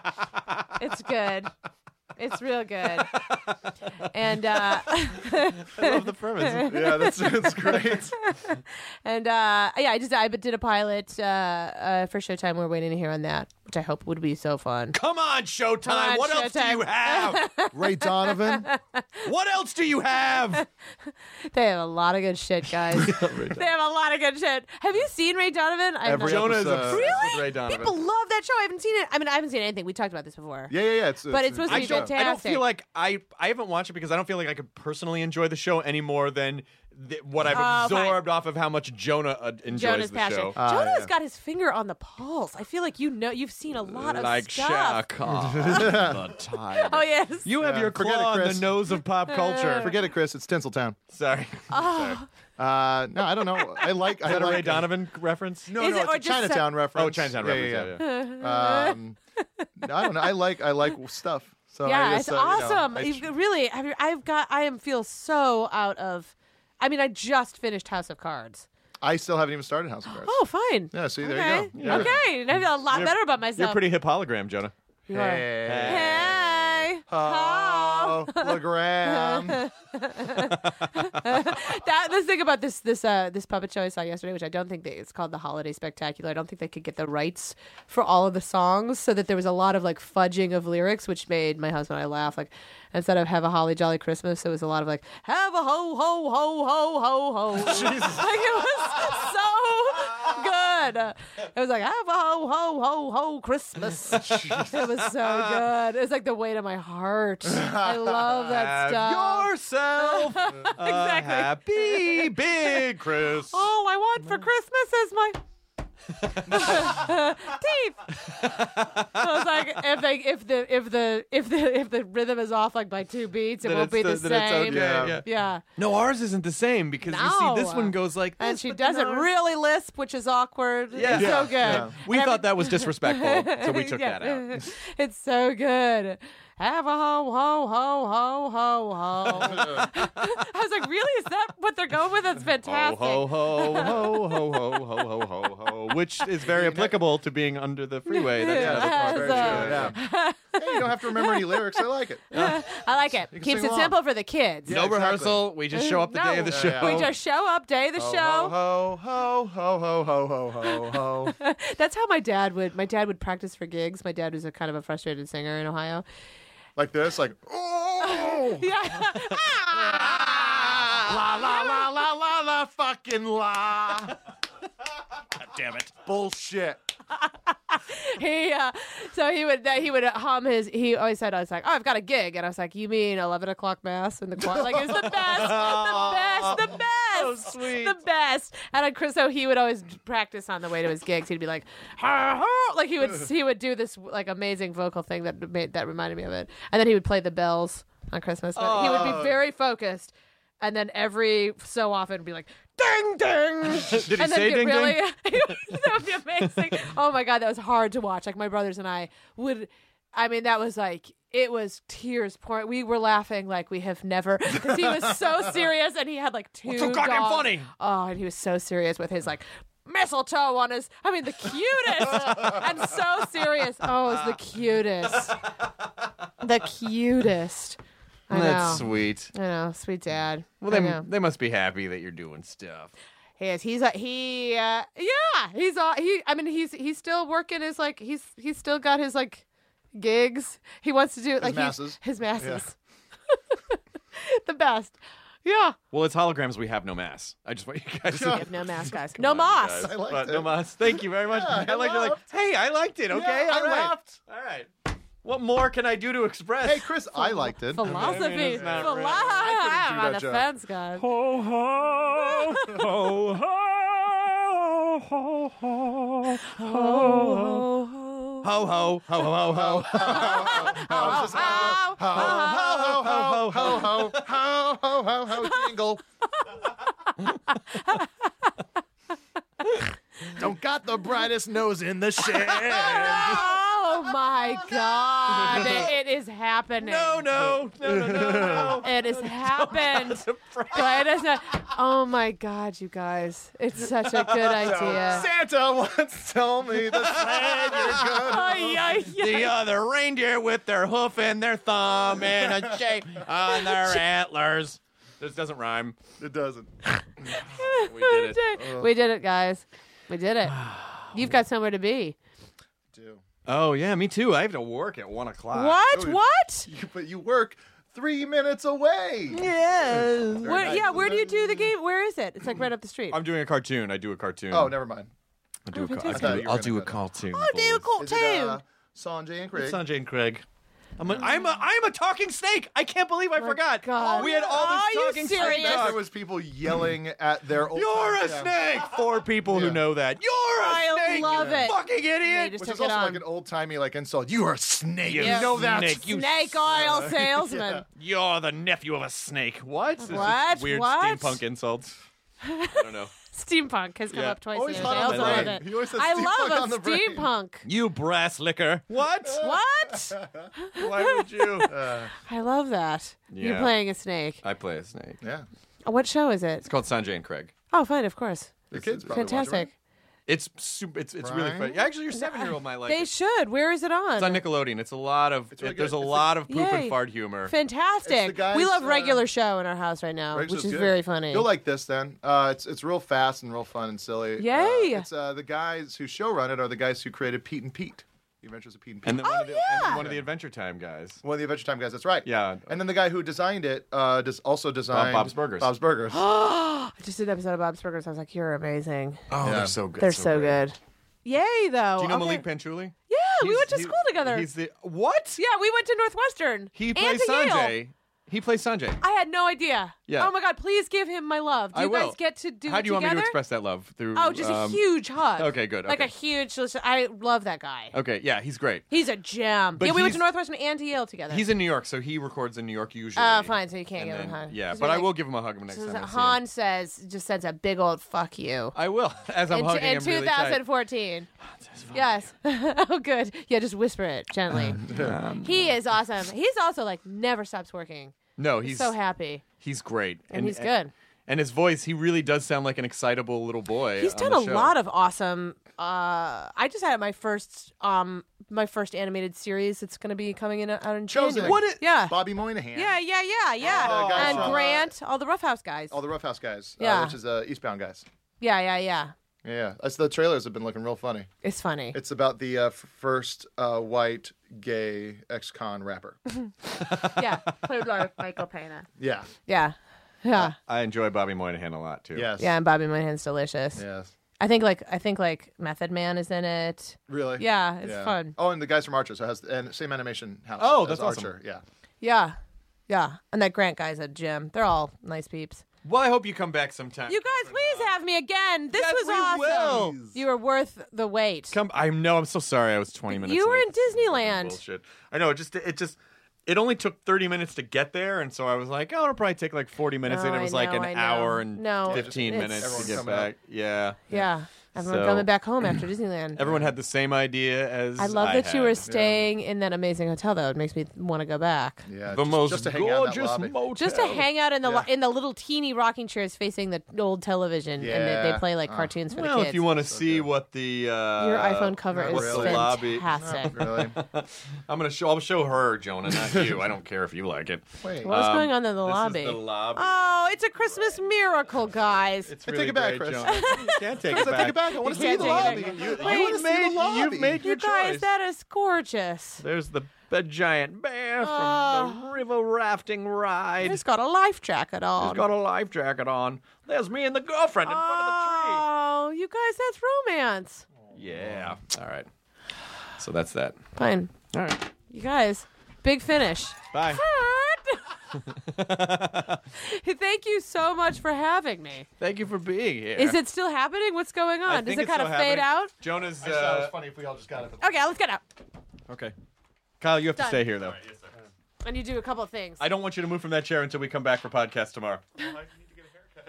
it's good. It's real good. And uh,
I love the premise.
Yeah, that's, that's great.
and uh, yeah, I just I did a pilot uh, uh, for Showtime. We're waiting to hear on that, which I hope would be so fun.
Come on, Showtime.
Come on,
what else do
Showtime.
you have?
Ray Donovan.
what else do you have?
They have a lot of good shit, guys. they have a lot of good shit. Have you seen Ray Donovan? I
Every
Jonah is
episode.
obsessed
Really?
with Ray Donovan.
People love that show. I haven't seen it. I mean, I haven't seen anything. We talked about this before.
Yeah, yeah, yeah. It's,
But it's supposed to
I
be
good.
don't, I don't
fantastic.
feel like I I haven't watched it because I don't feel like I could personally enjoy the show any more than th- what I've
Oh, fine.
absorbed off of how much Jonah uh, enjoys
Jonah's
the
passion.
show.
Ah,
Jonah's
yeah.
got his finger on the pulse. I feel like you know you've seen a lot of
like
stuff.
Shaq on the tiger.
Oh yes.
You have
Yeah,
your claw
forget it,
on the
Chris.
nose of pop
Uh,
culture.
Forget it, Chris. It's Tinseltown.
Sorry.
Uh, no, I don't know. I like. I
Is that a
like
Ray Donovan reference?
No,
Is
no,
it- or
it's a
just so-
Chinatown reference.
Oh, Chinatown
Yeah,
reference.
yeah,
yeah, yeah.
yeah. Um, no, I don't know. I like. I like stuff. So I
yeah,
just,
it's
uh, you know,
awesome.
I-
You've- really, I've, I've got. I am feel so out of. I mean, I just finished House of Cards.
I still haven't even started House of Cards.
Oh, fine.
Yeah, see, there you
okay.
go. Yeah.
Okay, I feel a lot better about myself.
You're pretty hip hologram, Jonah.
You are.
Hey.
Hey.
Oh, LeGram.
that the thing about this this uh this puppet show I saw yesterday, which I don't think they, it's called the Holiday Spectacular. I don't think they could get the rights for all of the songs, so that there was a lot of like fudging of lyrics, which made my husband and I laugh. Like instead of "Have a Holly Jolly Christmas," it was a lot of like "Have a ho ho ho ho ho ho." Jesus. Like it was so good. It was like "Have a ho ho ho ho Christmas." it was so good. It was like the weight of my heart. I love that
Have
stuff.
yourself a happy big Chris.
Oh, I want for Christmas is my teeth. I was like, if they, if the, if the, if the, if the rhythm is off like by two beats, it
Then
won't
it's
be the,
then it's
same.
okay,
yeah.
yeah. No, ours isn't the same because you see, this
No.
one goes like this,
and she
but then
doesn't
ours-
really lisp, which is awkward.
Yeah.
It's
Yeah.
so good.
Yeah. We
And
thought that was disrespectful,
every-
so we took
Yeah.
that out.
it's so good. Have a ho ho ho ho ho ho. I was like, really? Is that what they're going with? That's
Ho
fantastic.
ho ho ho ho ho ho ho ho ho, which is very applicable to being under the freeway. That's
Yeah,
another
that's
part.
very
Has, uh,
true, yeah. Hey, you don't have to remember any lyrics. I like it.
I like it.
can
Keeps
sing
it
along.
simple for the kids.
No
exactly.
rehearsal. We just show up the
No.
day of the
Yeah,
show. Oh,
yeah.
We just show up, day of the show.
Uh, Ho ho ho ho ho ho ho ho ho.
That's how my dad would. My dad would practice for gigs. My dad was a kind of a frustrated singer in Ohio.
Like this, like oh
Yeah.
la la la la la la fucking la. God damn it! Bullshit.
he uh, so he would he would hum his. He always said I was like, oh, I've got a gig, and I was like, you mean eleven o'clock mass in the choir? Like it's the best, the best, the best,
sweet.
the best. And on Chris, so he would always practice on the way to his gigs. He'd be like, "Ha, ha," like he would he would do this like amazing vocal thing that made that reminded me of it, and then he would play the bells on Christmas. But He would be very focused. And then every so often be like, ding, ding.
Did he
and then
say
get
ding
really,
ding?
that would be amazing. oh my god, that was hard to watch. Like my brothers and I would. I mean, that was like it was tears pouring. We were laughing like we have never because he was so serious and he had like two.
so goddamn
dogs.
funny.
Oh, and he was so serious with his like. Mistletoe on his, I mean, the cutest and so serious. Oh, it's the cutest, the cutest. I know,
That's sweet.
I know, sweet dad.
Well,
I
they,
know.
they must be happy that you're doing stuff.
He is. He's a, he. Uh, yeah, he's all he. I mean, he's he's still working his like he's he's still got his like gigs. He wants to do like he-
masses.
His masses. the best. Yeah.
Well, it's holograms. We have no mass. I just want you guys to
We have no mask, guys. no moss.
I liked
But
it.
no mas. Thank you very much. I like you're like, hey, I liked it. Okay,
Yeah, I
all right.
laughed.
All right. What more can I do to express?
Hey, Chris, I liked it.
Philosophy.
it's not
Philosophy.
really-
I couldn't
I'm
do that
on the
joke.
fence, guys.
ho ho ho ho ho ho ho
Oh,
ho ho ho ho ho.
I was just-
oh, oh.
ho ho ho ho ho ho ho ho ho jingle. Don't got the brightest nose in the shed.
Oh my God! It is happening.
No, no, no, no, no, no.
Oh,
It has happened. But it is not- oh my God, you guys. It's such a good idea.
Santa once told me the sled you're good.
Ay, ay, ay.
The other reindeer with their hoof and their thumb and a shape on their antlers. This doesn't rhyme.
It doesn't.
We did it.
We did it, guys. We did it. You've got somewhere to be.
Do.
Oh yeah, me too. I have to work at one o'clock. Oh,
What?
dude.
What?
You, but you work three minutes away.
Yes. Where,
nice,
yeah,
isn't
where do you
it?
do the game? Where is it? It's like right up the street.
I'm doing a cartoon. I do a cartoon.
Oh, never mind.
I do a
fantastic.
cartoon.
I thought you were
I'll
gonna
do a
cut
cartoon.
that.
oh, Dale
boys.
Colt
Is it, uh,
too.
Sanjay and Craig?
Sanjay and Craig. I'm a,
Mm.
I'm a, I'm a talking snake. I can't believe I forgot.
God.
We had all this
Are you
talking snake
serious?
Next, there
talk.
was people yelling at their old.
You're a
Yeah.
snake. Four people
Yeah.
who know that. You're a
I
snake.
love
you
it.
Fucking idiot.
You just
Which is
took it
also
on.
like an old timey like insult. You are a snake.
You
know that.
snake. You
Snake
uh,
oil salesman.
You're the nephew of a snake. What? This is
What?
Weird
What?
steampunk insults. I don't know.
Steampunk has come
Yeah.
up twice.
Always
in
hot
I
on the
love
brain.
it.
He always says
I
steampunk
love
on
a
the brain.
steampunk.
You brass licker. What?
What?
Why would you?
I love that. You're
Yeah.
playing a snake.
I play a snake.
Yeah.
What show is it?
It's called Sanjay and Craig.
Oh, fine, of course.
The kids probably watch it,
Fantastic.
It's super. It's it's really
Brian?
funny. Actually, your seven year old might like.
They
it.
should. Where is it on?
It's on Nickelodeon. It's a lot of.
really
it- there's
good.
a
It's
lot of poop
Yay.
and fart humor.
It's the
Fantastic.
guys,
we love
uh,
regular show in our house right now,
Rachel's
which is
good.
very funny.
You'll like this then. Uh, it's it's real fast and real fun and silly. Uh,
Yay.
it's uh, the guys who showrun it are the guys who created Pete and Pete, The Adventures of Pete and Pete.
and then one of the, and then
Oh, yeah.
one of the Adventure Time guys.
one of the Adventure Time guys. That's right.
Yeah.
And then the guy who designed it uh, does also designed
Bob's Burgers.
Bob's Burgers.
I just did an episode of Bob's Burgers. I was like, you're amazing.
Oh,
Yeah.
they're so good.
They're so, good. Yay, though. Oh
Do you know
Okay.
Malik Panchuli?
Yeah, we
He's-
went to
he-
school together.
He's the what?
Yeah, we went to Northwestern.
He
and
plays
to Yale.
Sanjay. He plays Sanjay.
I had no idea.
Yeah.
Oh my God! Please give him my love. Do
I
you
will.
guys get to do?
How
it
do you want me to
together?
express that love? Through
Oh, just
um,
a huge hug.
okay, good,
Like
okay.
a huge. I love that guy.
Okay, yeah, he's great.
He's a gem.
But
yeah, we went
he's-
to Northwestern and to Yale together.
He's in New York, so he records in New York usually.
Oh, fine, so you can't
And
give him a
then-
hug.
Yeah,
Just
but
be
I
like-
will give him a hug next
So
time. I see him.
Han says just sends a big old fuck you.
I will as I'm
in,
hugging
in
him really tight. Ah,
2014. yes. oh, good. Yeah, just whisper it gently.
Um,
he is awesome. He's also like never stops working.
No, he's e-
so happy.
He's great,
And he's good.
And his voice, he really does sound like an excitable little boy.
He's
on
done
the
a
show.
lot of awesome. Uh, I just had my first um my first animated series that's going to be coming in uh, out in
Chosen.
January.
What
it-
Yeah.
Bobby Moynihan.
Yeah, yeah, yeah, yeah.
the guys from,
and
uh,
Grant, all the Rough House guys.
All the Rough House guys. uh,
Yeah.
which is uh, Eastbound guys.
yeah, yeah, yeah.
Yeah, Yeah. That's the trailers have been looking real funny.
It's funny.
It's about the uh, f- first uh, white gay ex-con rapper.
yeah, played by Michael Pena.
Yeah.
Yeah, yeah,
I enjoy Bobby Moynihan a lot too.
Yes.
yeah. And Bobby Moynihan's delicious.
Yes.
I think like I think like Method Man is in it.
Really?
Yeah, it's fun.
Oh, and the guys from Archer, so it has and same animation house.
Oh,
as
that's awesome.
Archer. Yeah.
Yeah, yeah. And that Grant guy's a gem. They're all nice peeps.
Well, I hope you come back sometime.
You guys, please have me again. This
Yes,
was
we will.
awesome. You were worth the wait.
Come. I know. I'm so sorry. I was 20 minutes.
you were
late.
in Disneyland.
Bullshit. I know. It just. It just. It only took 30 minutes to get there, and so I was like, "Oh, it'll probably take like 40 minutes,"
No,
and it was
I
like
know,
an
I know.
hour and
No,
15
it's-
minutes to
Everyone's
get
coming up.
back. Yeah.
Yeah, everyone
So-
coming back home after Disneyland.
Everyone had the same idea as
I love that you
had.
were staying in that amazing hotel though. It makes me want to go back.
Yeah.
the
just,
most
just to hang out in that
gorgeous
lobby.
motel.
Just to hang out in the
Yeah.
in the little teeny rocking chairs facing the old television, and they, they
Yeah.
play like
Uh,
cartoons for
Well,
the kids.
if you want to see what the uh,
Your iPhone cover
not
is
really.
The lobby.
fantastic.
Really?
I'm gonna show. I'll show her, Jonah, not you. I don't care if you like it.
Wait.
What was
Um,
going on in the
this
lobby?
Is the lobby.
Oh, it's a Christmas miracle, guys.
it's
I take
really
it back,
great,
Chris.
Jonah. You can't take
Chris,
it
I
back.
take it back. I want to see
can't
the
take
lobby.
it back.
You,
Wait.
want to see the lobby?
You've made your
you guys,
choice.
that is gorgeous.
There's the, the giant bear from the river rafting ride.
It's got a life jacket on.
He's got a life jacket on. There's me and the girlfriend in front
oh, you guys, that's romance.
of the tree. Yeah. All right. So that's that.
Fine,
All right.
you guys, big finish.
Bye.
Thank you so much for having me.
Thank you for being here.
Is it still happening? What's going
I
on? Does
think
it
it's
kind of
still
fade
happening.
out?
Jonah's.
I just thought
Uh,
it was funny if we all just got it.
Okay, let's get out.
okay. Kyle, you have to
Done.
stay here though.
And you do a couple of things.
I don't want you to move from that chair until we come back for podcast tomorrow.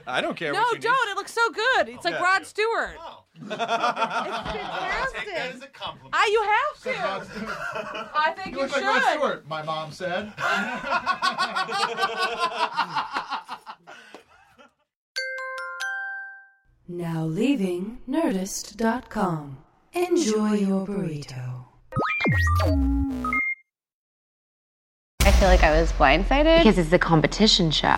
I don't care.
no,
what you need.
don't. It looks so good. It's like
yeah.
Rod Stewart.
Oh.
it's fantastic.
a compliment.
Ah, you have to. I think you, should.
my mom said.
Now leaving Nerdist.com. Enjoy your burrito.
I feel like I was blindsided because it's a competition show.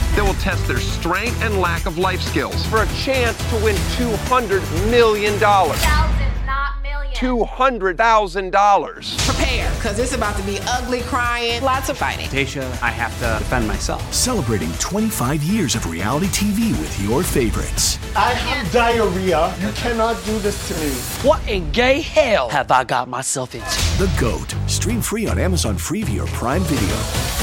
that will test their strength and lack of life skills for a chance to win $200 million.
Thousands, not millions.
$200,000.
Prepare, because it's about to be ugly crying, lots of fighting.
Tasha, I have to defend myself. Celebrating 25 years of reality TV with your favorites.
I have diarrhea. You cannot do this to me.
What in gay hell?
The GOAT. Stream free on Amazon Freeview or Prime Video.